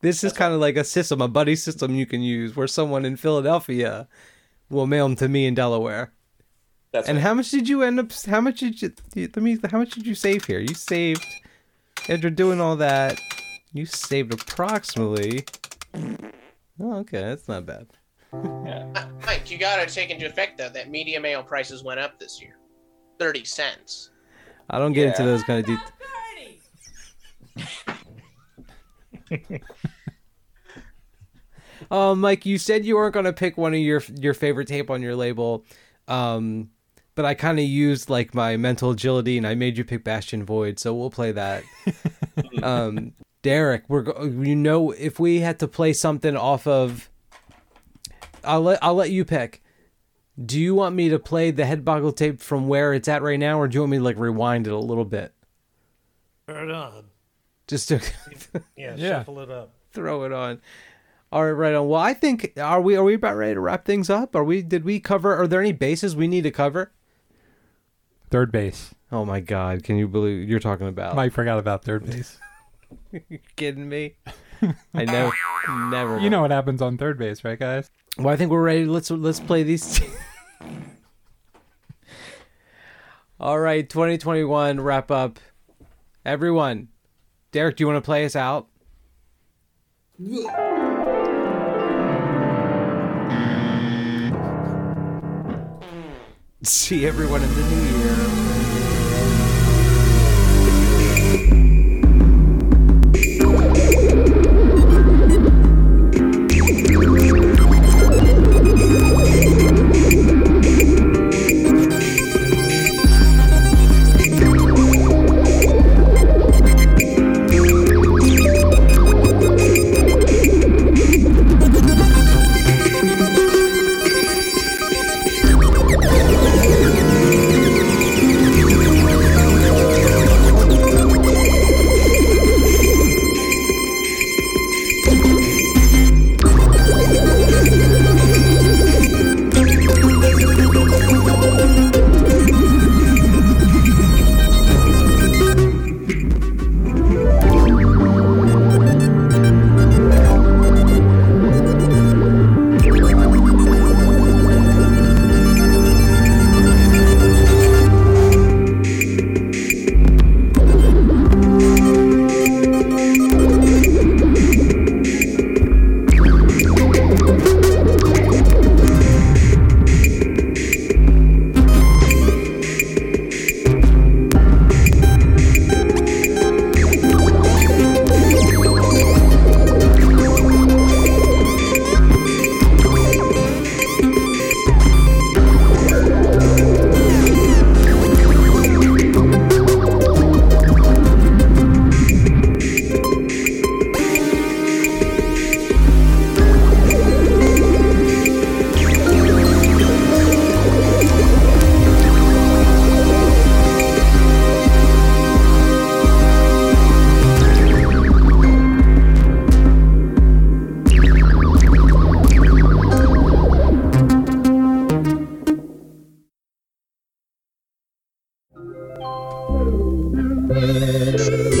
Speaker 7: this is kind of like a system, a buddy system you can use, where someone in Philadelphia will mail them to me in Delaware.
Speaker 19: That's
Speaker 7: and how much did you end up? How much did you? Let me. How much did you save here? You saved after doing all that. You saved approximately. Oh, okay, that's not bad.
Speaker 10: Mike, you gotta take into effect though that media mail prices went up this year, thirty cents.
Speaker 7: I don't get into those kind of details. um, Mike, you said you weren't going to pick one of your your favorite tape on your label, um, but I kind of used like my mental agility and I made you pick Bastion Void, so we'll play that. um, Derek, we're go- you know if we had to play something off of, I'll let I'll let you pick. Do you want me to play the head boggle tape from where it's at right now, or do you want me to like rewind it a little bit?
Speaker 18: Turn it on.
Speaker 7: Just to
Speaker 18: Yeah, shuffle it up.
Speaker 7: throw it on. All right, right on. Well, I think are we are we about ready to wrap things up? Are we? Did we cover? Are there any bases we need to cover?
Speaker 4: Third base.
Speaker 7: Oh my God! Can you believe you're talking about?
Speaker 4: Mike forgot about third base.
Speaker 7: you kidding me? I know, never.
Speaker 4: You know what happens on third base, right, guys?
Speaker 7: Well, I think we're ready. Let's let's play these. All right, 2021 wrap up. Everyone, Derek, do you want to play us out? See everyone in the new year.
Speaker 11: Thank you. Thank you.